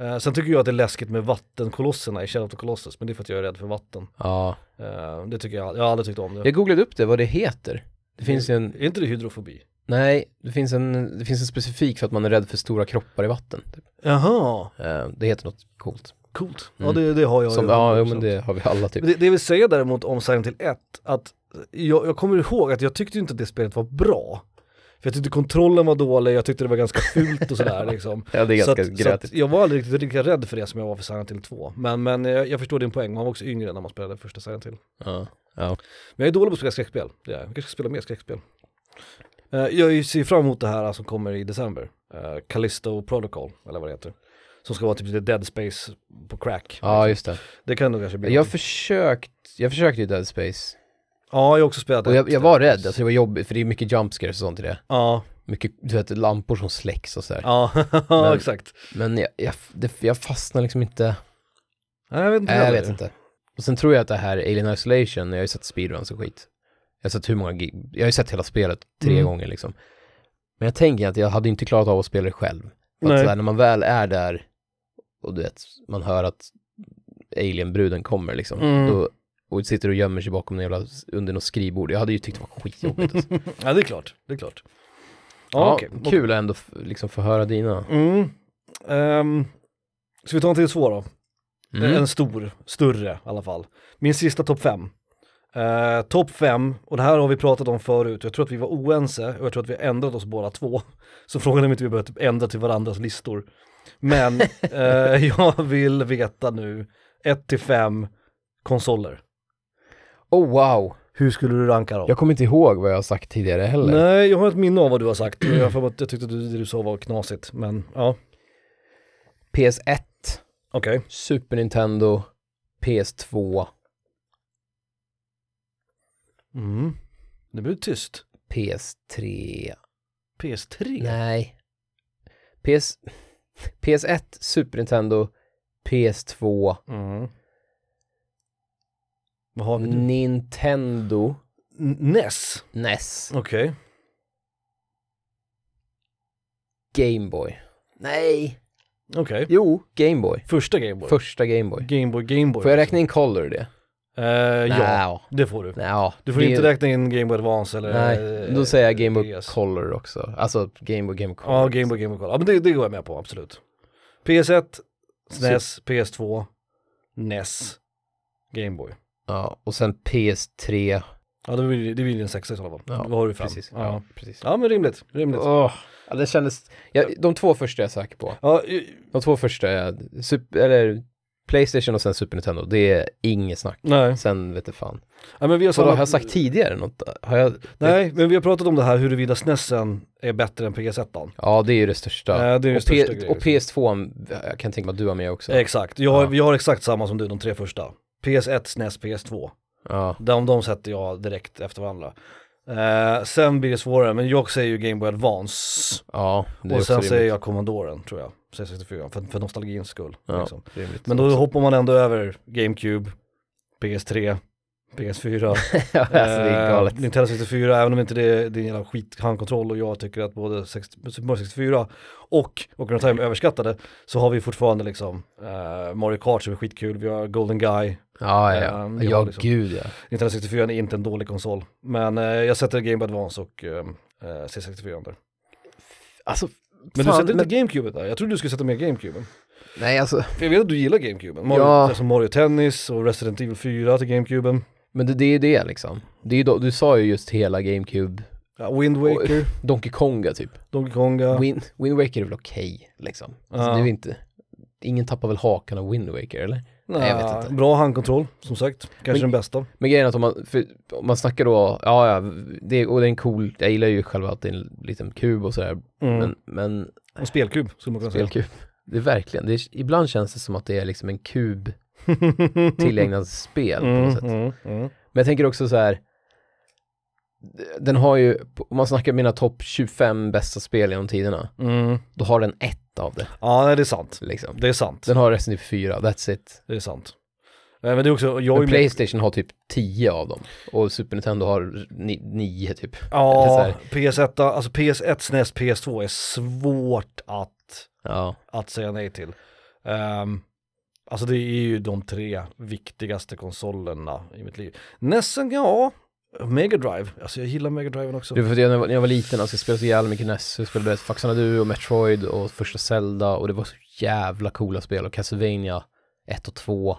Eh, sen tycker jag att det är läskigt med vattenkolosserna i Shadow of the Colossus, men det är för att jag är rädd för vatten.
Ja.
Eh, det tycker jag, jag har aldrig tyckt om det.
Jag googlade upp det, vad det heter. Det finns ju en,
Är inte det hydrofobi?
nej, det finns en, det finns en specifik för att man är rädd för stora kroppar i vatten. Typ.
Jaha,
Eh, det heter något coolt.
coolt.
Mm.
Ja det, det har jag
Som,
ju.
ja, jo,
100%.
men det har vi alla typ.
Men det, det vill säga däremot om Silent Hill 1, att jag, jag kommer ihåg att jag tyckte ju inte att det spelet var bra. För jag tyckte kontrollen var dålig, jag tyckte det var ganska fult och sådär liksom.
Ja, det är
Så
ganska
att, så att
grötigt.
jag var aldrig riktigt lika rädd för det som jag var för Silent Hill 2. Men, men jag, jag förstår din poäng, man var också yngre när man spelade första Silent Hill.
Ja. Ja.
Men jag är dålig på att spela skräckspel, det är jag. Jag kanske ska spela mer skräckspel. Eh, jag ser fram emot det här eh, som kommer i december, eh, Callisto Protocol, eller vad det heter. Som ska vara typ lite Dead Space på crack.
ja, just det.
Det kan nog kanske bli.
Jag försökt, jag försökte ju Dead Space.
ja, jag har också spelat
Och
ett
jag, jag
Dead
var
Space.
rädd, alltså det var jobbigt, för det är mycket jump scares och sånt i det.
Ja,
Mycket, du vet, lampor som släcks och sådär.
ja,
Men-
exakt.
Men jag, jag, det, jag fastnar liksom inte,
Nej, jag vet inte.
nej jag
heller.
vet inte. Och sen tror jag att det här Alien Isolation, jag har ju sett speedruns och skit. Jag har sett hur många gig, jag har ju sett hela spelet tre
Mm.
gånger liksom. Men jag tänker att jag hade inte klarat av att spela det själv. För
Nej.
att sådär, när man väl är där och du vet, man hör att Alien-bruden kommer liksom.
Mm.
Då, och sitter och gömmer sig bakom en jävla, under något skrivbord. Jag hade ju tyckt det var skitjobbigt alltså.
Ja, det är klart. Det är klart. Ja,
ja,
okej.
Kul att ändå f- liksom få höra dina.
Mm. Ehm, ska vi ta en till svår då?
Mm.
En stor, större i alla fall. Min sista topp fem. Uh, topp fem, och det här har vi pratat om förut, jag tror att vi var oense och jag tror att vi har ändrat oss båda två. Så frågan är om inte vi behöver typ ändra till varandras listor. Men eh, jag vill veta nu, 1 till 5 konsoler.
Oh wow.
Hur skulle du ranka dem?
Jag kommer inte ihåg vad jag har sagt tidigare heller.
Nej, jag har ett minne av vad du har sagt. Jag, har för mig att jag tyckte att det du sa var knasigt, men ja,
PS1,
okej.
Super Nintendo, PS2,
Mm. Nu blir det tyst.
PS3.
PS3?
Nej. PS... PS1, Super Nintendo, PS2,
Mm. Vad har vi nu?
Nintendo, E
N- E NES?
NES,
Okej.
Gameboy. Nej.
Okej.
Jo, Gameboy.
Första Gameboy?
Första Gameboy.
Gameboy, Gameboy.
Får jag räkna in Color i det?
Eh, ja,
Nja,
det får du.
nja,
Du får
det-
inte räkna in Gameboy Advance eller...
Nej,
eh,
då säger jag Game Boy
DS.
Color också. Alltså Game Boy Game Boy Color.
Ja, Gameboy, Gameboy Color. Ja, men det, det går jag med på, absolut. PS1, SNES, PS2, NES, E Gameboy.
Ja, och sen PS3.
Ja, det blir, det blir en sexa i sådana fall.
Ja,
Vad har du fram?
Precis.
Ja. Ja.
precis.
men rimligt, rimligt.
Åh, ja, det kändes... Ja, de två första är jag säker på.
Ja, i-
De två första, är super, eller Playstation och sen Super Nintendo, det är inget snack.
nej.
Sen vet du fan.
Ja, men vi har
Så
samma...
har jag sagt tidigare något? Har jag...
Nej, men vi har pratat om det här huruvida SNESen är bättre än PS1.
Ja, det är ju det största.
Ja, Eh, det är ju
och,
största
P-
grejen.
och PS2, jag kan tänka mig att du har med också.
Exakt, jag, har-
Ja.
vi har exakt samma som du, de tre första. PS1, SNES, PS2.
Ja,
De, de sätter jag direkt efter varandra. Eh, sen blir det svårare, men jag säger ju Game Boy Advance.
ja det är
Och
också
sen
rimligt.
säger jag Commodoren, tror jag. 64, för, för nostalgins skull.
Ja,
Liksom.
rimligt.
Men då hoppar man ändå över GameCube, PS3, PS4,
Ja, alltså, det är
eh,
galet.
Nintendo 64, även om inte det, det är en jävla skithandkontroll och jag tycker att både 60, Super Mario 64 och Ocarina of Time är överskattade, så har vi fortfarande liksom eh, Mario Kart som är skitkul, vi har Golden Guy,
Ja, ja,
eh,
ja.
vi har
Ja,
liksom-
gud ja.
Nintendo 64 är inte en dålig konsol, men eh, jag sätter Game Boy Advance och eh, eh, C64 där.
Alltså,
Men
fan,
du sätter inte GameCube där, jag trodde du skulle sätta med GameCube.
Nej, alltså.
För jag vet att du gillar GameCube, Mario,
Ja.
alltså Mario Tennis och Resident Evil 4 till GameCube.
Men det, det är ju det liksom. Det är ju då, du sa ju just hela GameCube.
Ja, Wind Waker,
Donkey Konga typ.
Donkey Konga.
Win, Wind Waker är väl okej liksom. Alltså,
Ja.
det är ju inte... Ingen tappar väl hakan av Wind Waker eller? Nej, jag vet inte.
Bra handkontroll, som sagt. Kanske
Men-
den bästa.
Men grejen är att om man, för, om man snackar då, ja ja, det, och det är en cool, jag gillar ju själva att det är en liten kub och sådär,
Mm.
men, men
En spelkub, skulle man kunna
spelkub, det är verkligen, det är, ibland känns det som att det är liksom en kub
säga.
tillägnad spel på något
Mm,
sätt.
mm, mm.
Men jag tänker också så här, den har ju, om man snackar mina topp 25 bästa spel genom tiderna,
Mm.
då har den ett av det
Ja, nej, det är sant.
liksom.
Det är sant.
Den har Resident Evil 4, that's it.
Det är sant. Nej, men det är också, jag är
Men
ju
Playstation har typ 10 av dem och Super Nintendo har 9 typ.
Ja,
eller
PS1, alltså PS1, SNES, PS2 är svårt att,
Ja,
att säga nej till. Ehm, alltså det är ju de tre viktigaste konsolerna i mitt liv. Nästan, ja, Mega Drive. Alltså jag gillar Mega Drive också.
du, för att jag, när jag var- när jag var liten, alltså jag spelade så jävla mycket NES, jag spelade Faxana Du och Metroid och första Zelda och det var så jävla coola spel och Castlevania 1 och 2.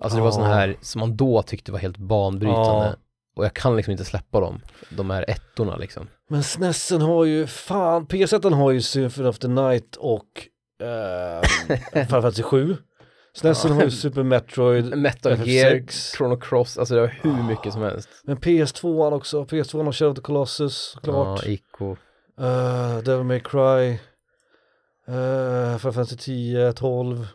Alltså det var
Ja.
sådana här som man då tyckte var helt banbrytande.
Ja.
Och jag kan liksom inte släppa dem, de här ettorna liksom.
Men snessen har ju, fan, PS1 har ju Symphony of the Night och eh, Final Fantasy 7. Snessen har ju Super Metroid,
Metal Gear,
FF6.
Chrono Cross, alltså det var hur
Ah.
mycket som helst.
Men PS2 också, PS2 har Shadow of the Colossus såklart.
Ja, Ico.
Eh, Devil May Cry, uh, Final Fantasy 10, 12.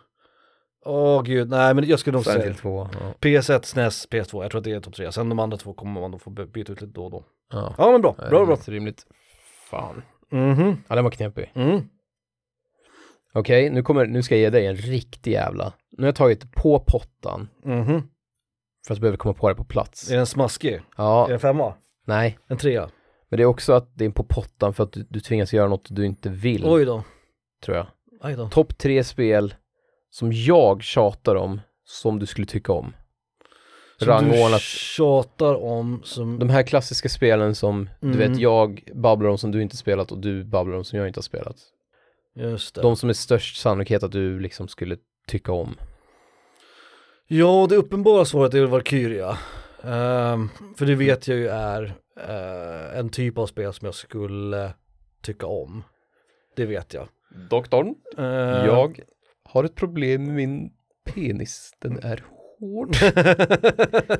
Åh gud, nej men jag skulle nog
Silent
säga
Hill 2. Ja.
PS1, SNES, PS2, jag tror att det är topp tre. Sen de andra två kommer man nog få by- byta ut lite då och då.
Ja.
Ja men bra, bra bra.
Rimligt, rimligt. Fan.
Mhm,
Ja, den var knepig.
mm.
Okej, nu, kommer, nu ska jag ge dig en riktig jävla. Nu har jag tagit på pottan
mhm.
för att jag behöver komma på det på plats.
Är den smaskig?
Ja, Mm.
Är den femma?
nej.
En trea?
Men det är också att det är på pottan för att du, du tvingas göra något du inte vill,
Oj då,
tror jag.
aj då.
Topp tre spel som jag tjatar om som du skulle tycka om.
Som du
Rangordnat.
tjatar om som...
De här klassiska spelen som du
Mm.
vet, jag babblar om som du inte spelat och du babblar om som jag inte har spelat.
Just det.
De som är störst sannolikhet att du liksom skulle tycka om.
Ja, det uppenbara svaret är väl Valkyria. Ehm, för det vet jag ju är eh, en typ av spel som jag skulle tycka om. Det vet jag.
Doktorn?
Ehm,
Jag har ett problem med min penis. Den är
hård.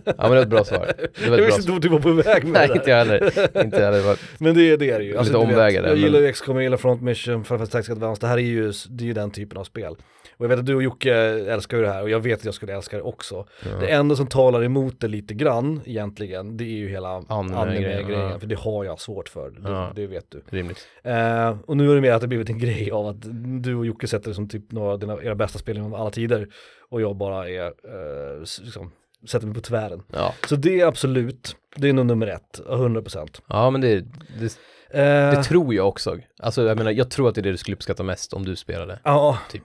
Ja men det var ett bra svar. Det var
jag
ett bra
visste
svar.
inte vart du var på väg med
Nej
det
inte
där.
jag heller. Inte jag heller. Det var-
Men det, är- det är det ju. Alltså,
Lite
du vet,
omvägar där,
Jag
men-
gillar ju XCOM, jag gillar Front Mission, framförallt Tactics Advance. Det här är ju, det är ju den typen av spel. Och jag vet att du och Jocke älskar ju det här och jag vet att jag skulle älska det också. Det enda som talar emot det lite grann egentligen, det är ju hela
Anime-grejen,
anime-grejen.
ja.
För det har jag svårt för, det,
Ja.
det vet du.
Rimligt.
Eh, och nu är det mer att det blivit en grej av att du och Jocke sätter det som typ några av dina, era bästa spel genom alla tider och jag bara är, eh, s- liksom, sätter mig på tvären.
Ja.
Så det är absolut, det är nog nummer ett, 100%.
Ja men det, det,
Eh,
det tror jag också. Alltså jag menar, jag tror att det är det du skulle uppskatta mest om du spelade.
ja,
typ.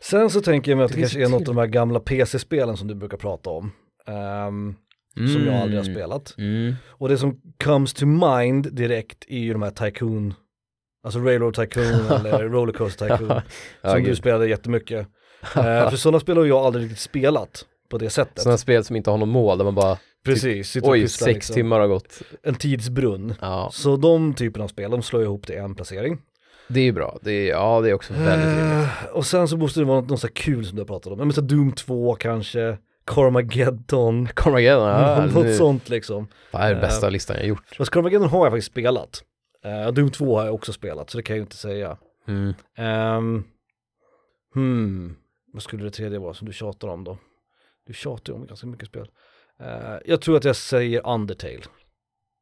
sen så tänker jag mig att det,
Det finns
kanske är något
till.
av de här gamla PC-spelen som du brukar prata om. ehm, Som jag aldrig har spelat.
Mm.
Och det som comes to mind direkt är ju de här Tycoon, alltså Railroad Tycoon eller Rollercoaster Tycoon.
Ja,
som du
gud.
spelade jättemycket. Eh, för sådana spel har jag aldrig riktigt spelat på det sättet.
Sådana spel som inte har något mål, där man bara,
Precis, sitter och
oj,
pysslar
sex
liksom.
timmar har gått.
En tidsbrunn.
Ja,
Så de typen av spel, de slår jag ihop till en placering.
det är ju bra. Det är, ja, det är också väldigt rimligt.
Eh, och sen så måste det vara något, något så här kul som du har pratat om. Ja, Men så Doom 2 kanske, Carmageddon,
Carmageddon, ja,
något
Ah, nu,
sånt liksom.
fan, det är den bästa listan jag har gjort.
Fast Carmageddon har jag faktiskt spelat. Eh, Doom 2 har jag också spelat, så det kan jag ju inte säga.
Mm.
Ehm, hmm, vad skulle det tredje vara som du tjatar om då? Du tjatar ju om ganska mycket spel. Eh, jag tror att jag säger Undertale.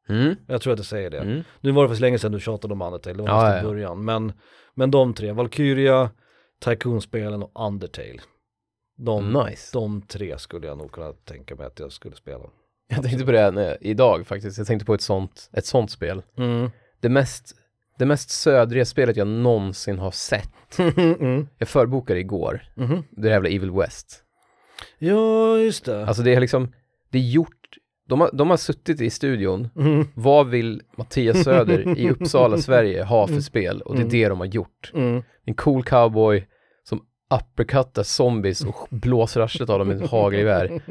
Mm.
Jag tror att jag säger det.
Mm.
Nu var det för så länge sedan du tjatade om Undertale, det var
Ja,
nästan
ja, ja.
början. Men, men de tre, Valkyria, Tycoon-spelen och Undertale. De,
Nice.
de tre skulle jag nog kunna tänka mig att jag skulle spela.
Jag tänkte på det här när, idag faktiskt. Jag tänkte på ett sånt, ett sånt spel.
Mm.
Det mest, det mest södriga spelet jag någonsin har sett.
mm.
Jag förbokade igår,
Mhm.
det jävla Evil West.
Ja, just det.
Alltså det är liksom, det är gjort, de har, de har suttit i studion,
Mm.
vad vill Mattias Söder i Uppsala, Sverige ha för spel? Och det är det de har gjort.
Mm.
En cool cowboy som uppercuttar zombies och blåser arslet av dem med ett hagelgevär.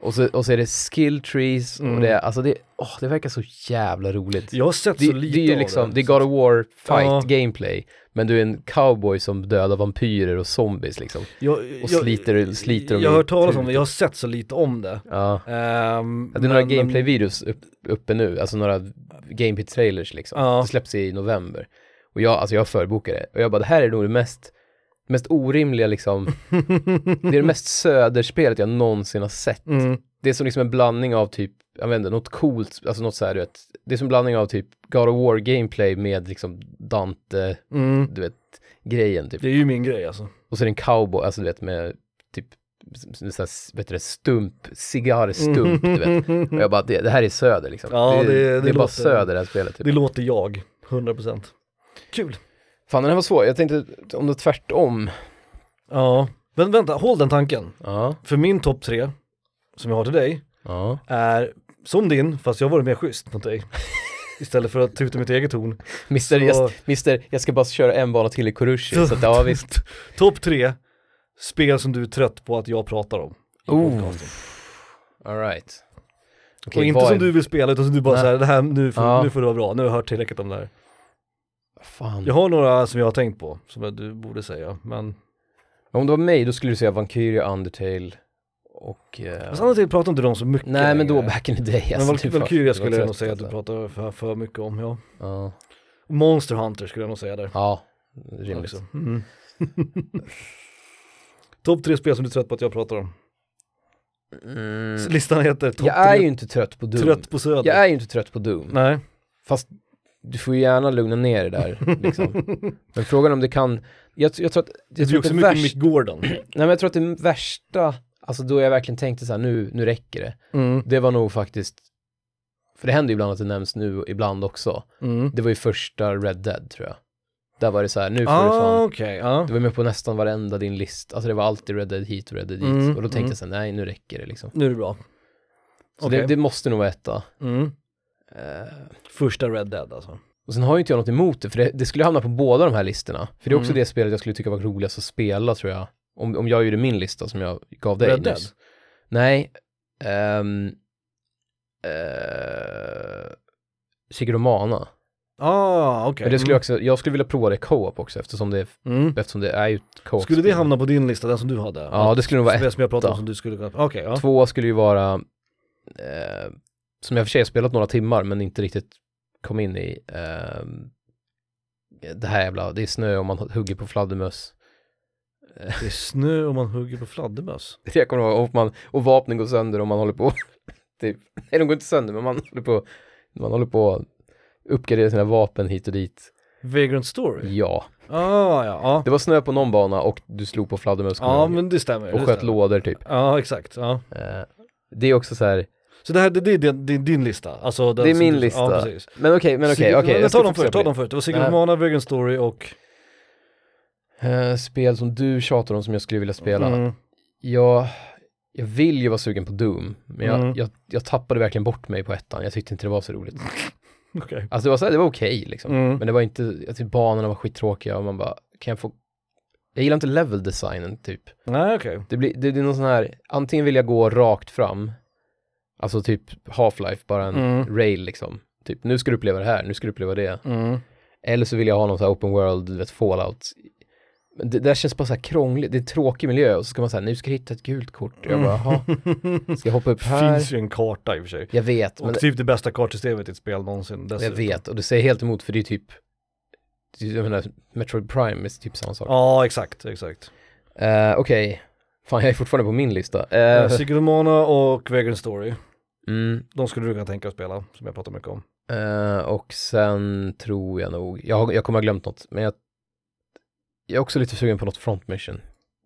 Och så, och så är det skill trees och det, är- alltså det, åh, det verkar så jävla roligt.
Mm. Jag har sett
Det,
så
det
lite
är ju
av
liksom,
det.
det är God of War
Ja.
fight gameplay, men du är en cowboy som dödar vampyrer och zombies liksom.
Jag,
och sliter- sliter dem i
Jag har hört talas om
truten.
det, jag har sett så lite om det.
Ja.
Ehm,
Ja, det är några
men- men-
gameplay-videos upp, uppe nu, alltså några gameplay-trailers liksom.
Ja.
Det släpps i november. Och jag, alltså jag förbokade det. Och jag bara, det här är nog det mest, mest orimliga liksom, det är det mest söderspelet jag någonsin har sett.
Mm,
Det är som liksom en blandning av typ, jag vet inte, något coolt, alltså något så här, du vet, det är som en blandning av typ God of War-gameplay med liksom Dante,
mm.
du vet, grejen typ.
Det är ju min grej alltså.
Och så är det en cowboy, alltså du vet med typ, så här, vet du det, stump, cigarrstump,
Mm.
du vet. Och jag bara, det, det här är söder liksom.
Ja, det- det
är bara
låter-
söder Mm. det här spelet. Typ.
Det låter jag, 100%. Kul.
Fan, den här var svår. Jag tänkte om det var tvärtom.
Ja, men vänta, håll den tanken.
Ja.
För min topp tre, som jag har till dig,
Ja.
är som din, fast jag har varit mer schysst mot dig. Istället för att tuta mitt eget horn.
Mister,
Så-
jag, mister, jag ska bara köra en bana till i Kurushi. Så, att, ja, visst.
Topp tre, spel som du är trött på att jag pratar om. i
Oh.
podcasten.
All right. Okej,
Och inte
vad
som
är-
du vill spela, utan som du bara
Nej.
säger, det här, nu får,
Ja.
nu får det vara bra, nu har jag hört tillräckligt om det här.
Fan.
Jag har några som jag har tänkt på, som jag- du borde säga, men...
Om det var mig, då skulle du säga Vankyria, Undertale och... eh,
Fast annars pratar inte de så mycket
Nej, men då
längre.
back in the day.
Men
Alltså,
Valky-
det var- det
Valkyria
var
skulle jag nog
trött,
säga att du
alltså.
pratar för, för mycket om, ja.
Ja.
Monster Hunter skulle jag nog säga där.
Ja, rimligt.
också. Mm. Topp tre spel som du är trött på att jag pratar om.
Mm.
Listan heter Topp
Jag är
tre
ju inte trött på Doom.
trött på Söder.
Jag är ju inte trött på Doom.
Nej.
Fast du får ju gärna lugna ner dig där. Liksom. Men frågan om det kan... Jag, jag tror att,
Det
jag
är ju
tror att,
också
det,
mycket
värst,
Mick Gordon.
nej, men jag tror att det värsta, alltså då jag verkligen tänkte så här, nu, nu räcker det.
Mm.
Det var nog faktiskt, för det händer ju ibland att det nämns nu, ibland också.
Mm.
Det var ju första Red Dead tror jag. Där var det så här, nu får du
Ah,
fan...
okej. ja.
Det var med på nästan varenda din list. Alltså det var alltid Red Dead hit och Red Dead hit.
Mm,
och då tänkte
mm.
jag så här, nej nu räcker det liksom.
Nu är det bra.
Så
Okej.
det, det måste nog vara etta.
Mm.
Eh,
Första Red Dead alltså.
Och sen har ju inte jag något emot det, för det, det skulle hamna på båda de här listorna. För det är också
Mm.
det spelet jag skulle tycka var roligast att spela tror jag. Om, om jag gjorde min lista som jag gav dig
Red Dead?
nyss. Nej. ehm, Um, uh, Sigurd Mana.
Ah, okej.
eh, Men det skulle jag, också, jag skulle vilja prova det co-op också eftersom det,
Mm. Mm.
eftersom det är ju ett co-op.
Skulle det hamna på din lista, den som du hade?
Ja, det skulle nog vara
det som jag pratade
etta.
om som du skulle kunna... Okej, ja.
Två skulle ju vara, eh, som jag i och för sig har spelat några timmar men inte riktigt kom in i, eh, det här jävla, det är snö och man hugger på fladdermöss.
Det är snö och man hugger på fladdermöss.
Jag kommer ihåg, och, man, och vapnen går sönder och man håller på, typ, nej de går inte sönder men man håller på, man håller på att uppgradera sina vapen hit och dit.
Vagrant Story?
Ja,
Ah, ja, ja.
det var snö på någon bana och du slog på fladdermöss kommer jag
Ja,
ihåg.
men det stämmer.
och
det
sköt
stämmer.
lådor typ.
Ja, exakt. Ja.
Eh, det är också så här,
Så det här, det, det, är din- det är din lista? Alltså, den
det är
som
min
du-
lista.
Ja, precis.
men okej, men okej,
Secret-
okej.
men
jag
ta
ska
dem
fokusera
först,
på
ta
det.
dem först. Det var Secret
Nej.
of Mana, Vagrant Story och...
Eh, spel som du tjatar om som jag skulle vilja spela.
Mm.
Jag, jag vill ju vara sugen på Doom, men jag,
Mm.
jag, jag tappade verkligen bort mig på ettan. Jag tyckte inte det var så roligt.
Okej.
Alltså det var, så här, det var okej liksom.
Mm.
Men det var inte, jag tyckte banorna var skittråkiga och man bara, kan jag få... Jag gillar inte level-designen typ.
Nej, okej.
Det blir, det, det är någon sån här, antingen vill jag gå rakt fram, alltså typ Half-Life, bara en
Mm.
rail liksom. Typ, nu ska du uppleva det här, nu ska du uppleva det.
Mm.
Eller så vill jag ha någon sån här open world, du vet fallout. Men det där känns bara så här krångligt, det är en tråkig miljö och så ska man säga nu ska jag hitta ett gult kort.
Mm.
Jag bara, jaha, ska jag hoppa upp här?
Finns ju en karta i och för sig.
Jag vet, men
Och typ det bästa kartsystemet i ett spel någonsin.
jag
dessutom.
vet och det säger helt emot för det är typ, jag menar, Metroid Prime är typ samma sak.
Ja, exakt, exakt.
Eh, Okej, fan jag är fortfarande på min lista.
Uh.
Eh,
Secret of Mana och Vagrant Story.
mm,
De skulle du kunna tänka att spela, som jag pratar mycket om.
Eh, och sen tror jag nog, jag, har- jag kommer ha glömt något, men jag, jag är också lite sugen på något front mission.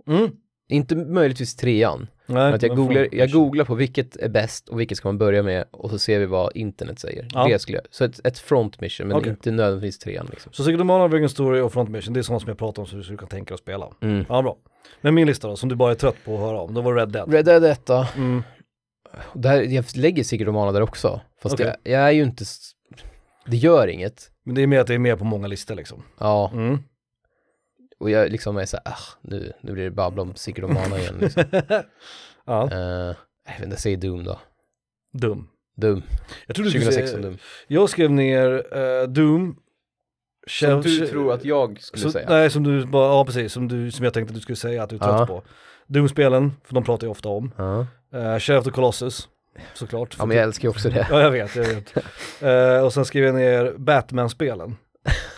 Mm.
Inte möjligtvis trean,
Nej,
men att jag,
men
googlar,
fan.
jag googlar på vilket är bäst och vilket ska man börja med och så ser vi vad internet säger.
Ja.
Det skulle jag, så ett, ett front mission, men
Okej.
inte nödvändigtvis trean liksom.
Så Secret of Mana, Vagrant Story och Front Mission, det är sådana som jag pratar om som du skulle kunna tänka dig att spela.
Mm.
Ja, bra. Men min lista då, som du bara är trött på att höra om, då var Red Dead.
Red Dead 1 då.
Mm.
Och Där, jag lägger Secret of Mana där också, fast
Okej.
jag, jag är ju inte, s- det gör inget.
Men det är mer att det är med på många listor liksom.
Ja,
Mm.
och jag liksom är såhär, ah, nu, nu blir det babbla om Secret of Mana igen. Liksom.
ja,
Eh, jag vet inte, jag säger Doom då.
dum.
Dum.
Jag trodde du skulle
2016
säga,
Doom.
jag skrev ner eh, Doom. Shell-
jag
så, Nej, som du bara, ja precis, som, du, som jag tänkte att du skulle säga att du är trött
Ja.
på. Doom-spelen, för de pratar jag ofta om.
Ja.
Uh, Sheriff of the Colossus, såklart. typ-
ja, men jag älskar ju också det.
Ja, jag vet, jag vet. Eh, och sen skrev jag ner Batman-spelen,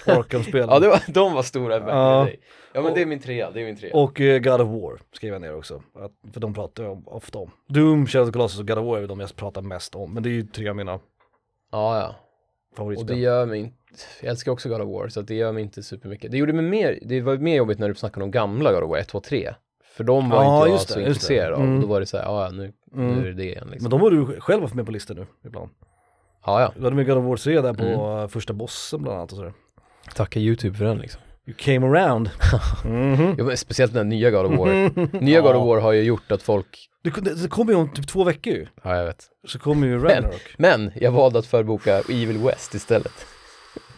Arkham-spelen.
Ja, det var, de var stora back in
Ja.
the day. Ja, men det är min trea, det är min trea.
Och eh, God of War skrev jag ner också, att, för de pratar jag om, ofta om. Doom, Shadow of the Colossus och God of War är de jag pratar mest om, men det är ju tre av mina
Ja, ja. Och det
favoritspel.
gör mig inte, jag älskar också God of War, så att det gör mig inte supermycket. Det gjorde mig mer, det var mer jobbigt när du snackade om gamla God of War, 1, 2, 3. För de var
Ja,
inte jag
just det,
så
just det.
intresserad av,
Mm.
och då var det så här, ja, ja, nu,
Mm.
nu är det det igen liksom.
Men de har du själv haft med på listan nu ibland.
Ja, ja.
Du hade med God of War 3 där på
Mm.
eh, första bossen bland annat och sådär.
Tacka YouTube för den liksom.
You came around. Mhm.
Jo, men speciellt den här nya God of War. Nya God of War har ju gjort att folk,
Det, det, det kommer ju om typ två veckor ju,
ja jag vet.
så kommer ju Ragnarok.
Men jag valde att förboka Evil West istället.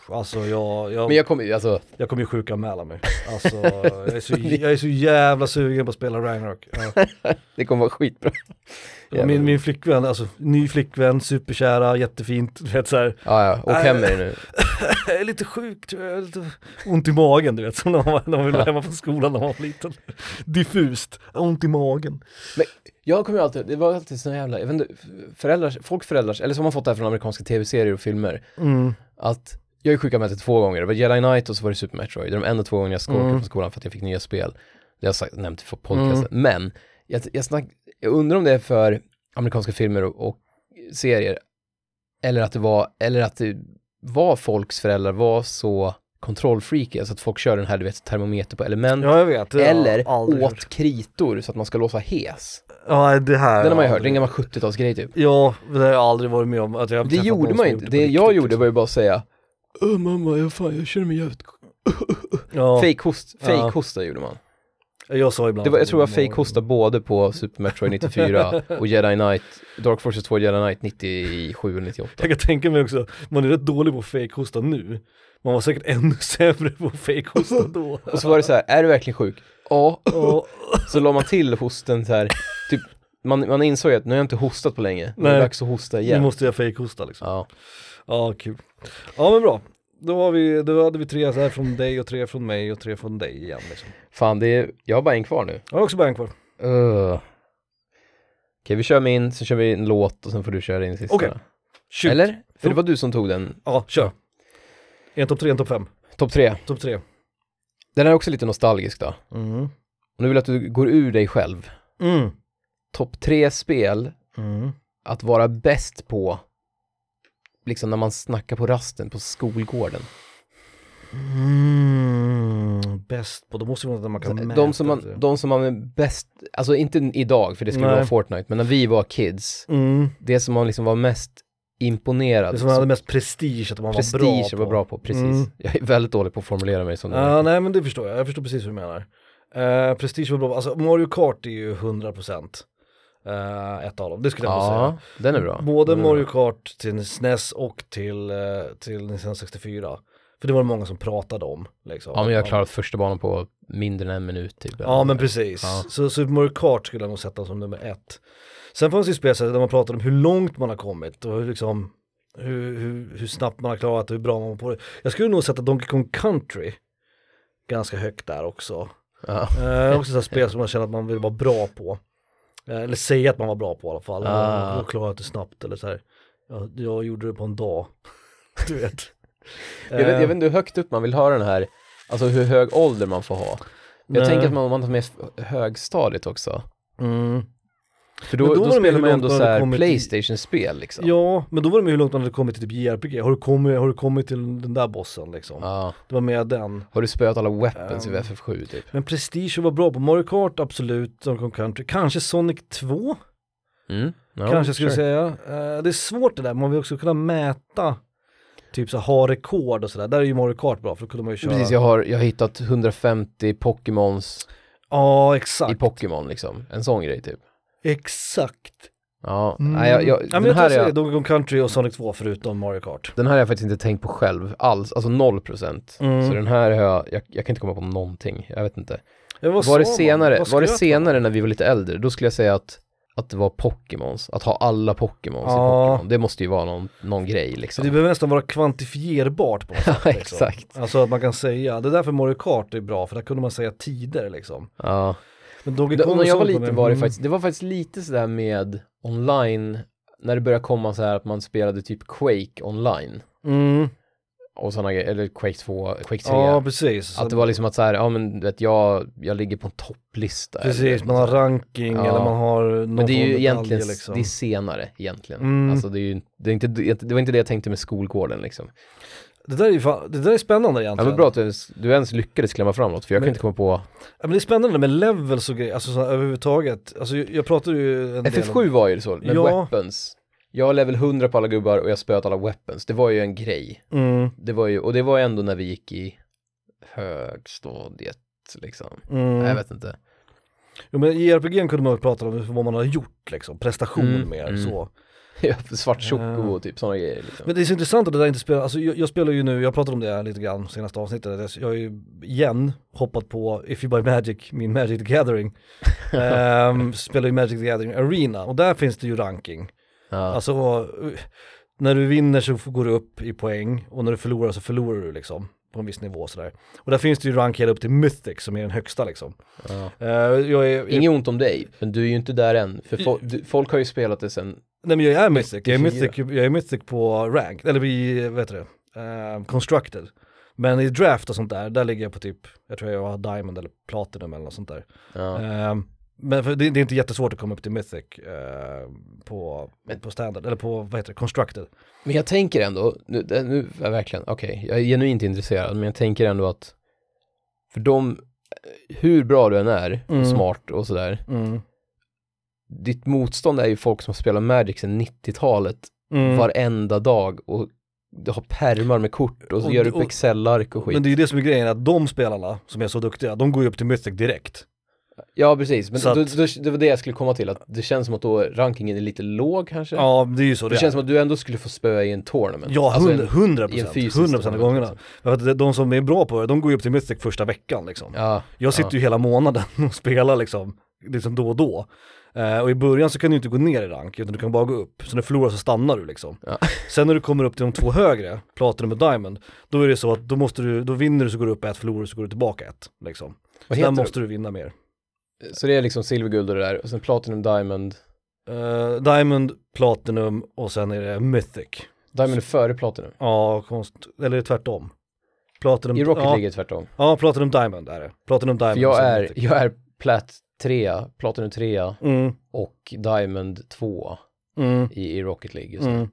Alltså jag, jag,
Men
jag,
jag kommer ju, alltså,
kommer ju sjukanmäla mig. Alltså jag är, så, jag är så jävla sugen på att spela Ragnarok. Ja.
det kommer vara skitbra.
Och Min, min flickvän, alltså ny flickvän, superkära, jättefint, du vet såhär,
Ja, ja, åk hem med dig nu.
jag är lite sjuk tror jag, jag, har lite ont i magen du vet, som när man, när man var hemma från skolan när man var liten. Diffust, Jag har ont i magen.
Jag kommer ju alltid, det var alltid såna jävla, jag vet inte, föräldrars, folk föräldrars, eller som har fått det här från amerikanska tv-serier och filmer,
Mm.
att jag är sjukanmäld till två gånger, det var Jedi Knight och så var det Super Metroid, det är de enda två gånger jag skolkade
Mm.
från skolan för att jag fick nya spel. Det har jag sagt, nämnt i podcasten,
Mm.
men jag, jag, snack, jag undrar om det är för amerikanska filmer och, och serier, eller att det var, eller att det var folks föräldrar var så kontrollfreakiga, så att folk kör den här, du vet, termometer på element,
Ja jag vet. det har
Eller
jag aldrig hört.
åt kritor så att man ska låsa hes.
Ja det här.
Den har man ju hört, det är en
aldrig-
gammal 70-talsgrej typ.
Ja, det har jag aldrig varit med om. Att jag har
Det
träffat någon
gjorde
som
man
har
ju
gjort
inte.
på
Det jag
riktigt,
gjorde
liksom.
var ju bara att säga Åh mamma, jag, fan, jag känner mig jävligt...
Ja,
Fejkhost,
Ja.
fejkhosta gjorde man.
jag sa ibland.
Det var, jag tror jag
att det var
fejkhosta både på Super Metroid 94 och Jedi Knight, Dark Forces 2 Jedi Knight 97 och 98.
Jag kan tänka mig också, man är rätt dålig på att fejkhosta nu. Man var säkert ännu sämre på att fejkhosta då.
Och så var det så här, är du verkligen sjuk? Ja.
Och,
Så la man till hosten så här, typ, man, man insåg att nu har jag inte hostat på länge, nu är
Nej.
det dags att hosta
nu
igen.
måste jag fejkhosta liksom.
Ja.
Ja, kul. Ja, men bra. då, har vi, då hade vi tre så här från dig och tre från mig och tre från dig igen. Liksom.
Fan, det är, jag har bara en kvar nu.
Jag har också bara en kvar.
Uh. Okej, vi kör min, sen kör vi en låt och sen får du köra in sista.
Okej. Shoot.
Eller? För det var du som tog den.
Ja, kör. En topp tre, en topp fem.
Topp tre.
Topp tre.
Den är också lite nostalgisk då.
Mm.
Och nu vill jag att du går ur dig själv.
Mm.
Topp tre spel
Mm.
att vara bäst på, liksom när man snackar på rasten på skolgården.
Mm. Bäst på, då måste det vara något man kan mäta.
De som
lite.
man, de som man är bäst, alltså inte idag för det skulle
Nej.
vara Fortnite, men när vi var kids,
Mm.
det som man liksom var mest
Det
imponerad,
som man hade mest prestige, att man var bra
prestige
på.
var bra på, precis.
Mm.
Jag är väldigt dålig på att formulera mig som
Ja,
det.
nej men det förstår jag, jag förstår precis hur du menar. Eh, prestige var bra, på- alltså Mario Kart är ju 100% eh, ett av dem, det skulle jag nog säga.
Ja, den är bra.
Både
Den är bra.
Mario Kart till SNES och till, eh, till Nintendo 64. För det var det många som pratade om. Liksom.
Ja, men jag har klarat första banan på mindre än en minut typ.
Ja men precis,
Ja.
så Super Mario Kart skulle jag nog sätta som nummer ett. Sen fanns det ju spel så här där man pratade om hur långt man har kommit och hur, liksom, hur, hur, hur snabbt man har klarat och hur bra man var på det. Jag skulle nog sätta Donkey Kong Country ganska högt där också.
Ja.
Eh, också sådana spel som man känner att man vill vara bra på. Eh, eller säga att man var bra på i alla fall.
Ah.
Ah. Och klarat det snabbt eller så här. Jag, jag gjorde det på en dag. du vet. Eh,
Jag, vet, jag vet inte hur högt upp man vill ha den här, alltså hur hög ålder man får ha. Jag
Nej.
tänker att man, man tar med f- högstadiet också.
Mm.
För då,
Men då
då,
var det mer
spelar man
hur
ju
långt
ändå
man
så
hade
här
kommit i-
Playstation-spel liksom.
Ja, men då var det med hur långt man hade kommit i typ JRPG. Har du kommit, har du kommit till den där bossen liksom?
Ja.
Det var med den.
Har du spöat alla weapons
Ehm.
i FF7 typ?
Men Prestige var bra på Mario Kart, absolut, Donkey Kong Country. Kanske Sonic 2,
Mm. No,
kanske jag
sure.
skulle säga. Eh, det är svårt det där, man vill också kunna mäta, typ så här, ha rekord och sådär. Där är ju Mario Kart bra, för då kunde man ju köra.
Precis, jag har, jag har hittat 150 Pokémons
Ja,
i
exakt.
Pokémon liksom. En sån grej typ.
Exakt.
Ja, nej, jag, jag,
Mm. ja, men
den,
jag
här
tror
är
jag...
jag,
Donkey Kong Country och Sonic 2 förutom Mario Kart.
den här har jag faktiskt inte tänkt på själv alls, alltså 0%. procent.
Mm.
Så den här har jag, jag, jag kan inte komma på någonting, jag vet inte.
Ja, vad
Var det,
sa man?
senare,
Vad
var det
skröt man?
senare när vi var lite äldre, då skulle jag säga att, att det var Pokémons, att ha alla Pokémons i
Ja.
Pokémon. Det måste ju vara någon, någon grej
Så det
liksom.
behöver nästan vara kvantifierbart på något sätt.
Ja,
liksom.
exakt.
Alltså att man kan säga, det är därför Mario Kart är bra, för där kunde man säga tider liksom.
Ja.
Men Donkey
Då,
Kong
när jag var
såg
liten
man-
var det
mm.
faktiskt, det var faktiskt lite sådär med online, när det började komma så här att man spelade typ Quake online
Mm.
och sådana grejer, eller Quake 2, Quake 3.
Ja, precis.
att det var liksom att så här, ja men du vet jag, jag ligger på en topplista. eller
Precis,
något
man har
sånt.
ranking
Ja.
eller man har någon
Men det är
form
ju
av
egentligen,
medalj, liksom.
det är senare egentligen.
Mm.
Alltså det är ju, det, är inte, det var inte det jag tänkte med skolgården liksom.
Alltså- det, där är ju fan, det där är spännande
Ja
egentligen.
men bra att du ens, du ens lyckades klämma fram något, för jag
Men-
kan inte komma på.
Ja, men det är spännande med levels och grejer, alltså så här, överhuvudtaget. Alltså jag, jag pratade ju en del
FF7 var ju så, med
Ja.
weapons. Jag var level 100 på alla gubbar och jag spöade alla weapons. Det var ju en grej.
om... Mm,
Det var ju, och det var ju ändå när vi gick i högstadiet liksom.
mm.
Nej, Jag vet inte.
Jo, men i RPG kunde man ju prata om vad man har gjort liksom, prestation
Mm,
mer
mm.
så.
Svart choco
Ja.
och typ sådana grejer liksom.
Men det är så intressant att det där inte spelar, alltså jag, jag spelar ju nu, jag pratade om det lite grann senaste avsnittet, att jag har ju igen hoppat på If You Buy Magic, min Magic the Gathering, Ehm, spelar ju Magic the Gathering Arena och där finns det ju ranking.
ja.
Alltså eh, när du vinner så f- går du upp i poäng och när du förlorar så förlorar du liksom på en viss nivå sådär. Och där finns det ju rank hela upp till Mythic som är den högsta liksom.
ja.
Eh, jag är,
Inget ont om dig, men du är ju inte där än. För fo- du, folk har ju spelat det sen,
nej men jag är Mythic, jag är
94.
Mythic, jag är mythic på rank, eller i, vad heter det, Eh, constructed. Men i draft och sånt där, där ligger jag på typ, jag tror jag har diamond eller platinum eller något sånt där.
ja.
Eh, men för det, det är inte jättesvårt att komma upp till mythic eh, på, på standard, eller på vad heter det, constructed.
Men jag tänker ändå, nu, det- nu ja, verkligen, okej, jag är genuint intresserad, men jag tänker ändå att för de, hur bra du än är,
Mm.
och smart och sådär, ditt motstånd är ju folk som spelar Magic sedan 90-talet
Mm.
varenda dag och du har pärmar med kort och så
Och-
gör du
och-
upp Excel-ark och skit.
Men det är ju det som är grejen, att de spelarna som är så duktiga, de går ju upp till mythic direkt.
ja, precis, men
Så att-
då, då, det var det jag skulle komma till, att det känns som att då rankingen är lite låg kanske.
Ja, det är ju så
det
det, är.
känns som att du ändå skulle få spöa i en tournament.
Ja,
Alltså en-
hundra hundra
i en
procent,
fysisk liksom.
hundra procent av
tournament,
gångerna. För att det- de som är bra på det, de går ju upp till mythic första veckan liksom.
Ja,
Jag sitter ju hela månaden och spelar liksom, liksom då och då. Eh, och i början så kan du inte gå ner i rank, utan du kan bara gå upp. Så när du förlorar så stannar du liksom.
Ja.
Sen när du kommer upp till de två högre, Platinum och Diamond, då är det så att då, måste du, då vinner du så går du upp ett, förlorar du så går du tillbaka ett. Liksom.
Vad
Där
heter
måste du vinna mer.
det? Så det är liksom silverguld och det där, och sen platinum, diamond.
Eh, Diamond, Platinum och sen är det Mythic.
Diamond är före platinum.
Ja, konst, eller tvärtom. Platinum,
I Rocket
ja,
League är det tvärtom.
ja, Platinum Diamond är det. Platinum Diamond.
För jag
sen
är,
Mythic.
jag är plat 3, platinum 3
Mm,
och diamond 2
mm,
i, i Rocket League. Just nu.
mm.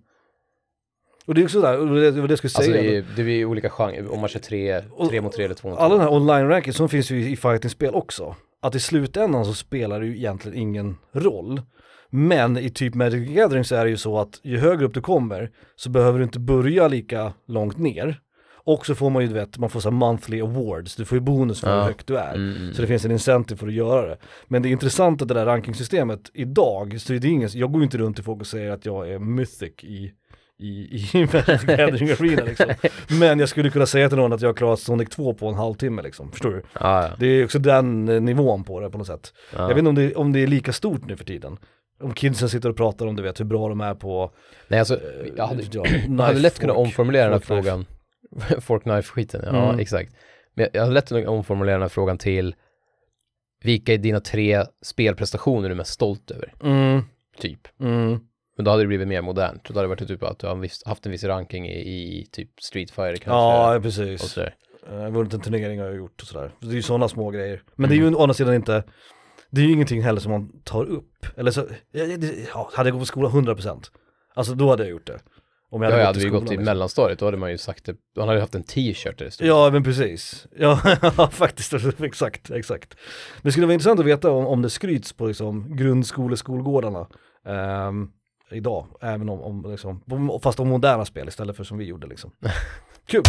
Och det är också där, och det, det var det jag skulle
liksom. Alltså
säga.
det är, det är ju olika genrer, om man kör 3, 3 mot 3 eller 2 mot 2.
Alla de här online rankings som finns ju i fighting-spel också. Att i slutändan så spelar det ju egentligen ingen roll. Men i typ Magic the Gathering så är det ju så att ju högre upp du kommer så behöver du inte börja lika långt ner. Och så får man ju, du vet, man får så här monthly awards, du får ju bonus för
Ja.
hur högt du är.
Mm, mm.
Så det finns en incentive för att göra det. Men det är intressant att det där rankingsystemet idag, så det är ingen, jag går ju inte runt till folk och säger att jag är mythic i i, i Magic the Gathering Arena liksom. Men jag skulle kunna säga till någon att jag har klarat Sonic 2 på en halvtimme liksom, förstår du?
Ja, ja.
Det är också den eh, nivån på det på något sätt.
Ja.
Jag vet inte om det, om det är lika stort nu för tiden. Om kidsen sitter och pratar om du vet hur bra de är på...
Nej, alltså,
eh,
jag hade,
ja,
jag hade
knife,
lätt kunnat
fork.
omformulera den här
fork, knife.
frågan. Fork knife-skiten, ja
Mm.
exakt. Men jag- jag hade lätt kunnat omformulera den här frågan till vilka är dina tre spelprestationer du är mest stolt över?
Mm,
Typ.
mm,
Men då hade det blivit mer modernt. Då hade det varit typ att du har en viss- haft en viss ranking i, i typ Street Fighter kanske.
ja,
och
precis.
sådär.
Eh, Vunnit en turnering har jag gjort och sådär. Det är ju sådana små grejer. Men det är
Mm.
ju å andra sidan inte, det är ju ingenting heller som man tar upp. Eller så, ja, ja, det- ja, hade jag gått på skolan 100%, alltså då hade jag gjort det. Om
Ja, jag hade vi gått i
liksom.
mellanstadiet, då hade man ju sagt det, man hade haft en t-shirt där det stod.
Ja men precis, ja faktiskt, exakt, exakt. Men det skulle vara intressant att veta om, om det skryts på liksom grundskoleskolgårdarna ehm, idag, även om, om liksom, om- fast om moderna spel istället för som vi gjorde liksom. Kul!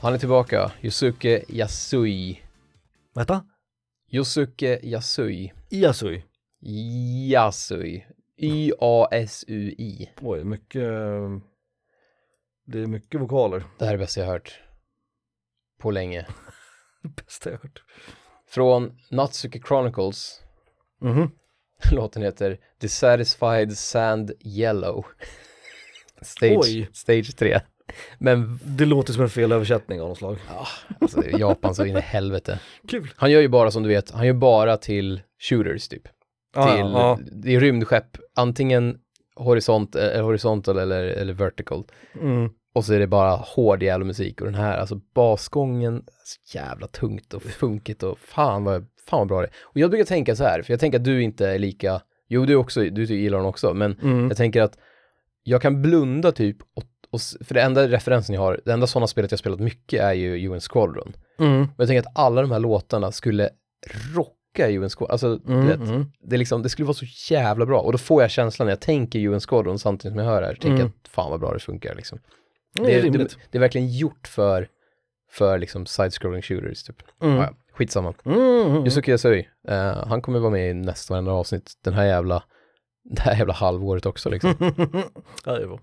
Han är tillbaka, Yosuke Yasui.
Vad hette han?
Yosuke Yasui.
Iasui.
Yasui. Y-A-S-U-I.
Oj, mycket... eh, Det är mycket vokaler.
Det här är det bästa jag hört. På länge.
Bästa jag hört.
Från Natsuki Chronicles.
Mhm.
Låten heter Dissatisfied Sand Yellow. Stage,
Oj.
stage 3. Men
Det låter som en fel översättning av något slag.
alltså, det är Japan så in i helvete.
Kul.
Han gör ju bara som du vet, han gör bara till shooters typ.
Ah,
till,
ja.
Det är rymdskepp, antingen horisont, eller horizontal eller, eller vertical.
Mm.
Och så är det bara hård jävla musik och den här, alltså basgången, så jävla tungt och funkigt och fan vad, fan vad bra det är. Och jag brukar tänka så här, för jag tänker att du inte är lika, jo du också, du gillar den också, men
Mm.
jag tänker att jag kan blunda typ, och, och, s- för det enda referensen jag har, det enda sådana spelet jag spelat mycket är ju UN Squadron.
Mm.
Men jag tänker att alla de här låtarna skulle rocka i UN Squadron, alltså du
Mm.
vet,
Mm.
det, är liksom, det skulle vara så jävla bra. Och då får jag känslan när jag tänker UN Squadron samtidigt som jag hör det här, tänker
Mm.
jag att fan vad bra det funkar liksom.
Det är
det,
rimligt.
det är verkligen gjort för, för liksom side-scrolling shooters typ.
Mm.
Ja, ja, skitsamma.
Mm.
Yusuke Yasui, eh, han kommer vara med i nästan varenda avsnitt den här jävla, det här jävla halvåret också liksom.
ja, det är bra.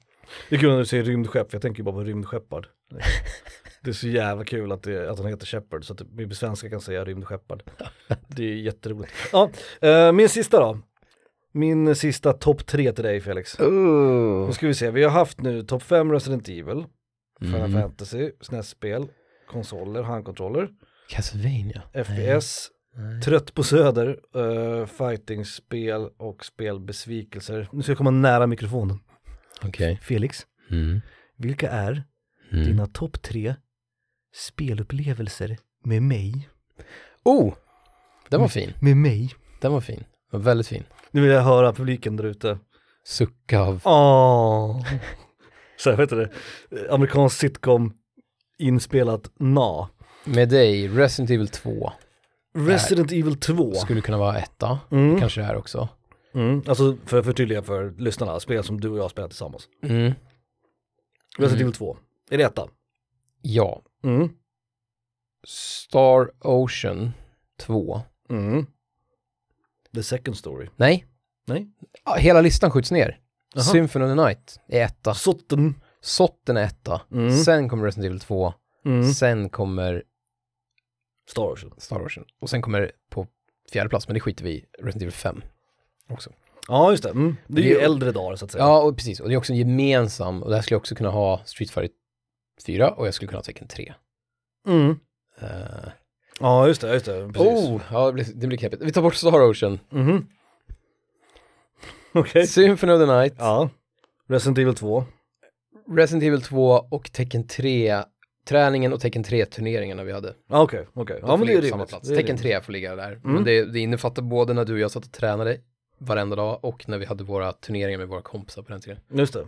Det är kul när du säger rymdskepp, för jag tänker ju bara på rymdskeppard. Det är så jävla kul att, det, att han heter Shepard, så att vi på svenska kan säga rymdskeppard. Det är jätteroligt. Ja, eh, min sista då. Min sista topp tre till dig Felix. Då ska vi se, vi har haft nu topp 5 Resident Evil, Final
Mm.
Fantasy, SNES-spel, konsoler, handkontroller,
Castlevania.
FPS,
Nej.
Trött på Söder, eh, fightingspel och spelbesvikelser. Nu ska jag komma nära mikrofonen.
Okej.
Felix,
Mm.
vilka är
Mm.
dina topp tre spelupplevelser med mig?
Oh!
Mm.
Den var fin.
Med mig?
Den var fin. Den var väldigt fin.
Nu vill jag höra publiken där ute.
Sucka av...
Åh! Så här, vet du det? Eh, Amerikansk sitcom inspelat na.
Med dig, Resident Evil 2.
Resident Evil 2.
Skulle kunna vara etta.
Mm.
Kanske det här också.
Mm. Alltså för att förtydliga för lyssnarna, spel som du och jag spelar tillsammans.
Mm. Mm.
Resident Evil 2, är det etta?
Ja.
Mm.
Star Ocean 2.
Mm. The second story.
Nej.
Nej.
Ja, Hela listan skjuts ner.
Jaha.
Symphony of the Night är etta.
Sotten.
Sotten är etta.
Mm.
Sen kommer Resident Evil 2.
Mm.
Sen kommer
Star Ocean.
Star Ocean. Och sen kommer på fjärde plats, men det skiter vi i, Resident Evil 5. Också.
Ja, just det. Mm. Det är ju
Det är-
äldre dagar så att säga.
Ja, och precis. Och det är också en gemensam, och där skulle jag också kunna ha Street Fighter 4 och jag skulle kunna ha Tekken 3.
Mm.
Eh,
Ja, just det. Just det. Precis.
oh, ja, det blir, det blir knepigt. Vi tar bort Star Ocean.
Mhm. Okej.
Symphony of the Night,
Ja. Resident Evil 2.
Resident Evil 2 och Tekken 3, träningen och Tekken 3-turneringarna vi hade.
Ja, okej. okej. Ja,
De får
men det
ligga
är
på samma
rimligt.
plats.
Det är
Tekken
rimligt. Mm.
3 får ligga där. Men det, det innefattar både när du och jag satt och tränade varenda dag och när vi hade våra turneringar med våra kompisar på den tiden.
Just det.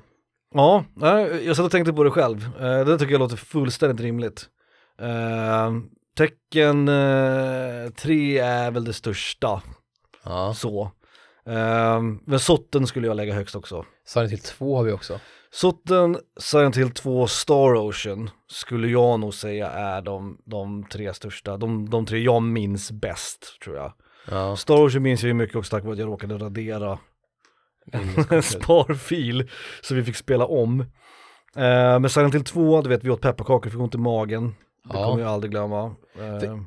Ja, nej, jag satt och tänkte på det själv. Eh, Det tycker jag låter fullständigt rimligt. Eh, Tecken 3 är väl det största,
Ja.
så. Eh, Men Sotten skulle jag lägga högst också.
Silent Hill 2 har vi också.
Sotten, Silent Hill 2, Star Ocean skulle jag nog säga är de, de tre största, de, de tre jag minns bäst tror jag.
Ja.
Star Ocean minns jag ju mycket också tack vare att jag råkade radera en
minneskortet.
sparfil så vi fick spela om. Eh, men Silent Hill 2, du vet vi åt pepparkakor, fick ont i magen. Det
Ja.
kommer jag aldrig glömma. Eh,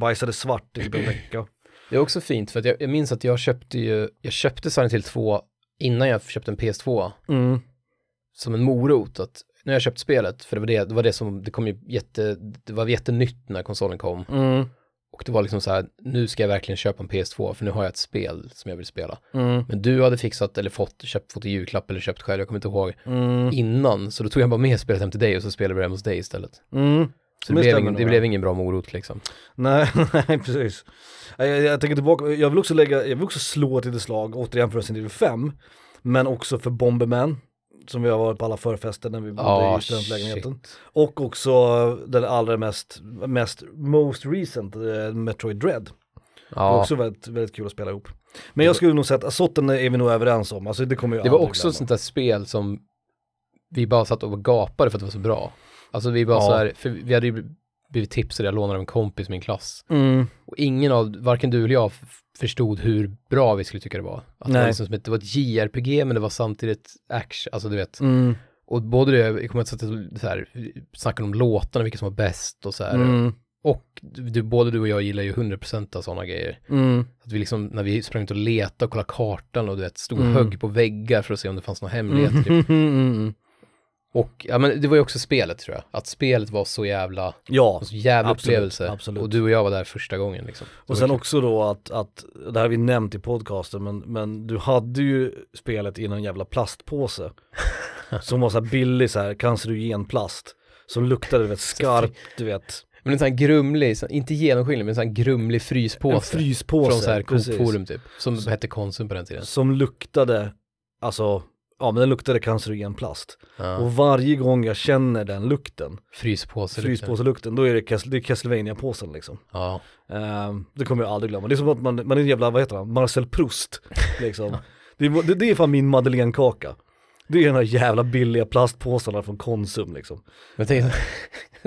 bajsade svart i typ en vecka.
Det är också fint för att jag, jag minns att jag köpte ju, jag köpte Silent Hill 2 innan jag köpte en PS2
Mm.
som en morot att nu har jag köpt spelet för det var det, det var det som, det kom ju jätte, det var jättenytt när konsolen kom
Mm.
och det var liksom så här, nu ska jag verkligen köpa en PS2 för nu har jag ett spel som jag vill spela.
Mm.
Men du hade fixat eller fått, köpt, fått i julklapp eller köpt själv, jag kommer inte ihåg,
Mm.
innan, så då tog jag bara med spelet hem till dig och så spelade vi det hemma hos dig istället.
Mm.
Så
Men
det, blev
det stämmer
ingen,
nog,
det
ja.
blev ingen bra morot liksom.
Nej, nej precis. Nej, Jag, jag tänker tillbaka, jag vill också lägga, jag vill också slå ett litet slag, återigen för Resident Evil 5, men också för Bomberman, som vi har varit på alla förfester när vi bodde
Ja,
i studentlägenheten.
Ah, shit.
Och också den allra mest, mest most recent, eh, Metroid Dread. Det var
Ja.
också väldigt, väldigt kul att spela ihop. Men jag skulle nog säga att Azotten är vi nog överens om, alltså det kommer jag
Det var
aldrig
också
glömma.
ett sånt där spel som vi bara satt och gapade för att det var så bra. Alltså vi bara
Ja.
så här, för vi hade ju blivit tipsade, jag lånade av en kompis i min klass.
Mm.
Och ingen av, varken du eller jag, f- förstod hur bra vi skulle tycka det var. Att Det, var
Nej.
liksom som ett, det var ett JRPG men det var samtidigt action, alltså du vet.
Mm.
Och både det, jag kommer att sätta så här, snacka om låtarna, vilka som var bäst och så här.
Mm.
Och du, både du och jag gillar ju 100% av sådana grejer.
Mm.
Att vi liksom, när vi sprang ut och letade och kollade kartan och du vet, stod och
Mm.
högg på väggar för att se om det fanns några hemligheter.
Mm.
Typ.
Mm.
Och ja, men det var ju också spelet tror jag, att spelet var så jävla,
Ja,
så jävla
Absolut,
upplevelse.
absolut.
Och du och jag var där första gången liksom. Det
och
var
sen
kul.
också då att, att det här har vi nämnt i podcasten, men, men du hade ju spelet i någon jävla plastpåse. som var så här billig så här cancerogen plast. Som luktade du vet skarpt, du vet.
Men en sån här grumlig, sån, inte genomskinlig, men en sån här grumlig
En
fryspåse.
fryspåse.
från så här
precis.
Coop-forum typ, som hette Konsum på den tiden.
Som luktade, alltså, ja men den luktade cancerogen plast.
Ja.
Och varje gång jag känner den lukten,
Fryspåse. liksom.
fryspåselukten, då är det, Cas- det är Castlevania-påsen liksom.
Ja.
Ehm, det kommer jag aldrig glömma. Det är som att man, man är en jävla, vad heter han, Marcel Proust. Liksom. det, är, det, det är fan min madeleinekaka. Det är den här jävla billiga plastpåsarna från Konsum liksom.
Men tänk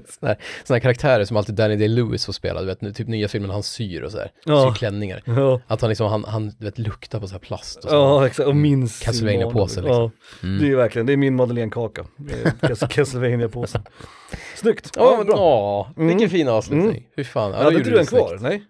sådana här, sån här karaktärer som alltid Danny Day-Lewis får spela, du vet, nu, typ nya filmen han syr och så här,
Ja.
syr klänningar.
Ja,
Att han liksom, han, han du vet, luktar på så här plast och så. Mm.
ja exakt, och minns. sin
Castlevania-påsen,
barndom. Ja,
Mm.
det är verkligen, det är min madeleinekaka. Det är Cas- Castlevania-påsen. Snyggt,
Ja,
ja,
men
bra.
bra. vilken fin avslutning.
Mm.
Hur fan. Ja, då
Hade
gjorde
inte du en
snyggt.
kvar? Nej?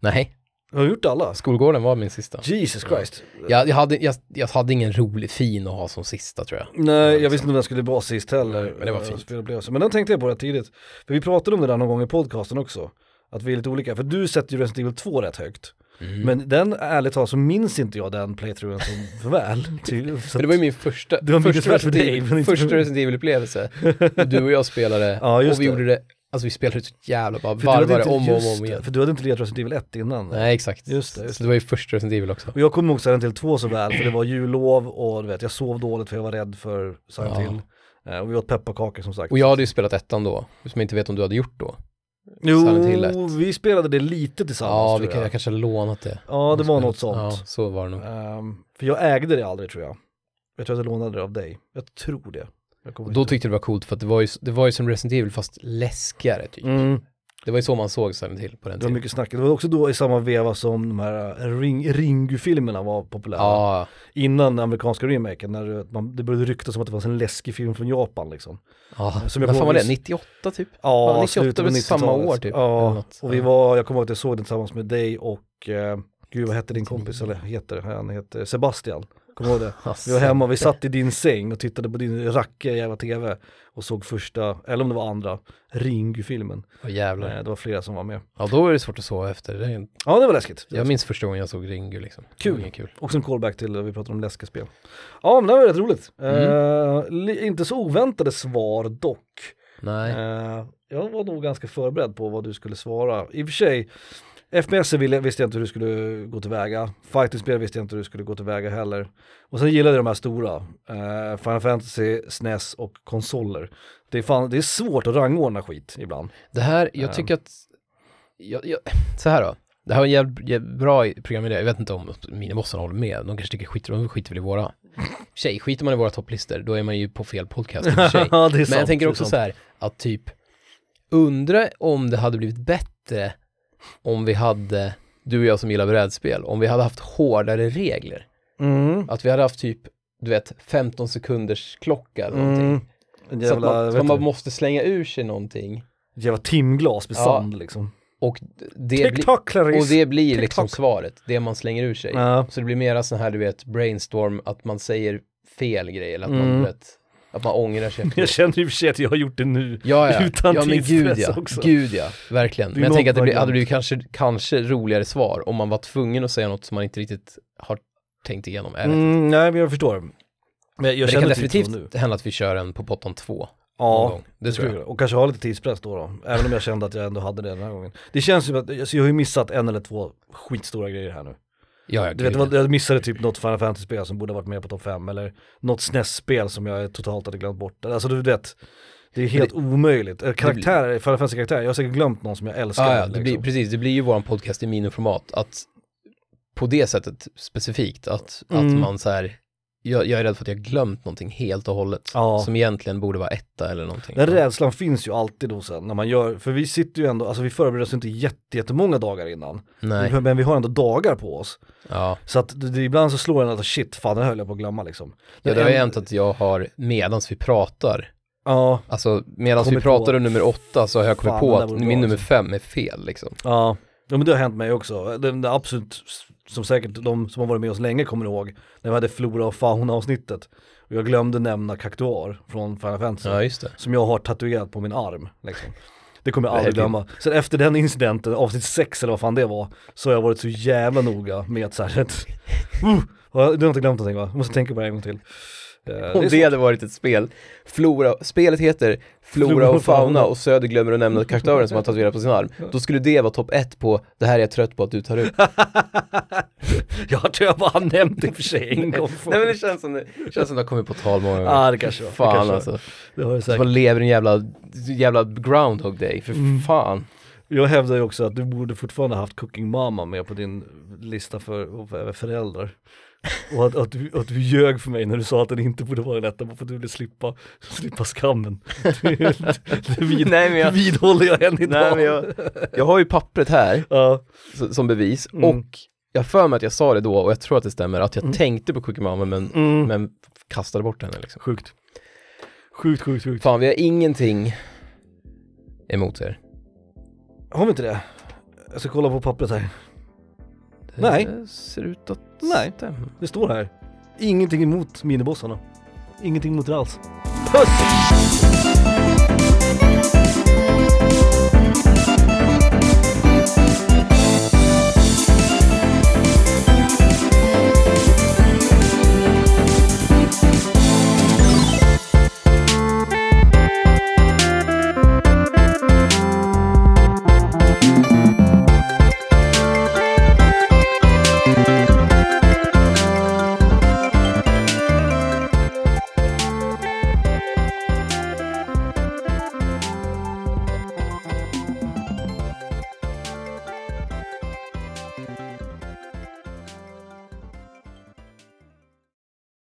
Nej,
Har du gjort alla?
skolgården var min sista.
Jesus Christ.
Jag, jag, hade, jag, jag hade ingen rolig fin att ha som sista tror jag.
Nej, jag visste inte om den skulle vara sist heller.
Nej, men det var
eh,
fint.
spelupplevelsen. Men den tänkte jag på rätt tidigt. För vi pratade om det där någon gång i podcasten också. Att vi är lite olika. För du sätter ju Resident Evil 2 rätt högt.
Mm.
Men den, ärligt talat, så minns inte jag den playthroughen så för väl. Till, så
Men det var ju min första,
Det var mycket
första,
svårt för
Resident
dig,
Evil-
men inte för
första
mig.
Resident Evil-upplevelse. Och du och jag spelade
Ja, just
och vi
det.
gjorde det, alltså vi spelade så jävla bara
att- för du hade
varvade
inte-
om och om, och
just
om
det,
igen.
För du hade inte legat Resident Evil 1 innan.
Nej, exakt.
Just det, just
Så det var ju första Resident Evil också.
Och jag kommer ihåg Silent Hill 2 så väl, för det var jullov och du vet, jag sov dåligt för jag var rädd för Silent
Ja.
Hill. Eh, Och vi åt pepparkakor som sagt.
Och jag hade ju spelat ettan då, som jag inte vet om du hade gjort då. Silent Hill
jo,
1.
vi spelade det lite tillsammans
Ja,
tror
vi kan,
jag.
jag kanske hade lånat det.
Ja, det var
Spelat-
något sånt.
Ja, så var det nog.
Ehm, för jag ägde det aldrig tror jag. Jag tror att jag lånade det av dig. Jag tror det. Jag kommer
Och då
inte-
tyckte jag det var coolt för att det var ju, det var ju som Resident Evil fast läskigare typ.
mm,
Det var ju så man såg Silent Hill på den
det var
tiden.
mycket snack. Det var också då i samma veva som de här eh, Ring, Ringu-filmerna var populära.
Ja,
Innan den amerikanska remaken, när det, man, det började ryktas om att det fanns en läskig film från Japan liksom.
ja.
Som jag
När fan var
påvis-
det? 98 typ?
Ja,
Ja, 98
slutet av
väl samma
90-talet.
år typ, eller
Ja,
något.
och vi
Ja.
var, jag kommer ihåg att jag såg den tillsammans med dig och, eh, gud vad hette din kompis, eller heter han, heter Sebastian. Kommer du ihåg det? Vi var hemma, vi satt i din säng och tittade på din rackiga jävla tv och såg första, eller om det var andra, Ringu-filmen.
Åh, jävlar.
Eh, Det var flera som var med.
Ja, då är det svårt att sova efter. Det är, en-
Ja, det var läskigt. Det var
jag minns första gången jag såg Ringu liksom. Det var
Kul.
ingen kul.
Också en callback till när vi pratade om läskiga spel. Ja, men det här var rätt roligt. Eh, li- inte så oväntade svar dock.
Nej.
Eh, jag var nog ganska förberedd på vad du skulle svara. I och för sig, FPS ville- visste jag inte hur du skulle gå tillväga. Fighting-spel visste jag inte hur du skulle gå tillväga heller. Och sen gillade jag de här stora, eh, Final Fantasy, SNES och konsoler. Det är, fan, det är svårt att rangordna skit ibland.
Det här, jag
Ehm.
tycker att, jag, jag, så här då. Det här var en jävligt bra i- programidé. Jag vet inte om minibossarna håller med. De kanske tycker skit, de skiter väl i våra. Tjej, skiter man i våra topplistor, då är man ju på fel podcast i och för sig.
Ja, det är
Men
sant,
jag tänker
det är
också
sant.
så här, att typ, undra om det hade blivit bättre om vi hade, du och jag som gillar brädspel, om vi hade haft hårdare regler.
Mm.
Att vi hade haft typ, du vet, 15 sekunders klocka eller någonting.
Mm. En
Så att
jävla,
man, så
vet
man
du,
måste slänga ur sig någonting.
ett jävla timglas med
Ja.
sand liksom.
Och det blir...
TikTok Clarice!
Och det blir liksom
TikTok.
svaret, det man slänger ur sig.
Ja.
Så det blir mera sån här, du vet, brainstorm, att man säger fel grejer, eller att man,
Mm.
du vet, att man ångrar sig
Jag
efteråt.
känner i och för sig att jag har gjort det nu.
Ja, ja.
Utan
ja, men gud
tidspress
ja.
också.
Gud ja, verkligen. Men jag
något
tänker att det blir, hade
variant.
blivit kanske, kanske roligare svar om man var tvungen att säga något som man inte riktigt har tänkt igenom. Jag vet inte.
Mm, nej, men jag förstår. Men jag
Men det kan
känner typ så nu.
definitivt hända att vi kör en på pottan 2 någon
Ja,
gång. Det tror jag.
Och kanske ha lite tidspress då, då. Även om jag kände att jag ändå hade det den här gången. Det känns ju att, alltså, jag har ju missat en eller två skitstora grejer här nu.
Ja, ja,
Du
gud,
vet, det var-
ja.
jag missade typ något Final Fantasy-spel som borde ha varit med på topp 5 eller något SNES-spel som jag totalt hade glömt bort. Alltså du vet, det är helt omöjligt. Eh, Karaktärer, Final Fantasy-karaktärer, jag har säkert glömt någon som jag älskar.
Ja, ja, det
liksom.
blir, precis, det blir ju våran podcast i miniformat, att på det sättet specifikt, att, att
Mm.
man så här jag, jag är rädd för att jag glömt någonting helt och hållet.
Ja.
Som egentligen borde vara etta eller någonting.
Den rädslan finns ju alltid då sen när man gör, för vi sitter ju ändå, alltså vi förbereder oss inte jätte- jättemånga dagar innan.
Nej.
Men vi har ändå dagar på oss.
Ja.
Så att det, det, ibland så slår en att shit, fan det här höll jag på att glömma liksom.
ja,
Den
det har ju
en-
hänt att jag har, medans vi pratar,
Ja,
alltså medans vi
Kommit
pratar
på-
om nummer åtta så har jag kommit
Fan,
på
den där
att
vore
min
bra,
nummer fem är fel liksom.
ja. ja, men det har hänt mig också. Den där absolut, som säkert de som har varit med oss länge kommer ihåg, när vi hade flora och fauna avsnittet. Och jag glömde nämna kaktuar från Final Fantasy.
Ja, just det.
Som jag har tatuerat på min arm liksom. Det kommer jag
Det är
aldrig
din-
glömma. Sen efter den incidenten, avsnitt 6 eller vad fan det var, så har jag varit så jävla noga med att såhär, uh, har jag- du har inte glömt någonting va? Jag måste tänka på det en gång till. Eh,
Om
är
det,
så-
hade varit ett spel, Flora, spelet heter Flora,
Flora
och
och fauna.
fauna och Söder glömmer att nämna kaktören som han tatuerat på sin arm. Då skulle det vara topp ett på det här är jag trött på att du tar upp.
Jag tror jag bara har nämnt det för sig en gång
Nej men det känns som det, känns som det har kommit på tal många gånger.
Ja det kanske var. det
Ah, Fan
kanske var.
alltså.
Det har jag,
Så man
säkert.
lever i en jävla, jävla groundhog day, för fan.
jag hävdar ju också att du borde fortfarande haft Cooking Mama med på din lista för, för föräldrar. Och att, att, du, att du ljög för mig när du sa att den inte borde vara en etta bara för att du ville slippa, slippa skammen. Det, det vid,
Nej, men jag-
vidhåller jag än idag.
Nej, men jag, jag har ju pappret här
Ja,
s- som bevis
Mm.
och jag har för mig att jag sa det då och jag tror att det stämmer att jag tänkte på Cookie Mama men,
mm.
men kastade bort henne liksom.
Sjukt. Sjukt, sjukt, sjukt.
Fan, vi har ingenting emot er.
Har vi inte det? Jag ska kolla på pappret här. Nej.
Det ser ut att
Nej.
stämma.
Det står här. Ingenting emot minibossarna. Ingenting emot det alls. Puss!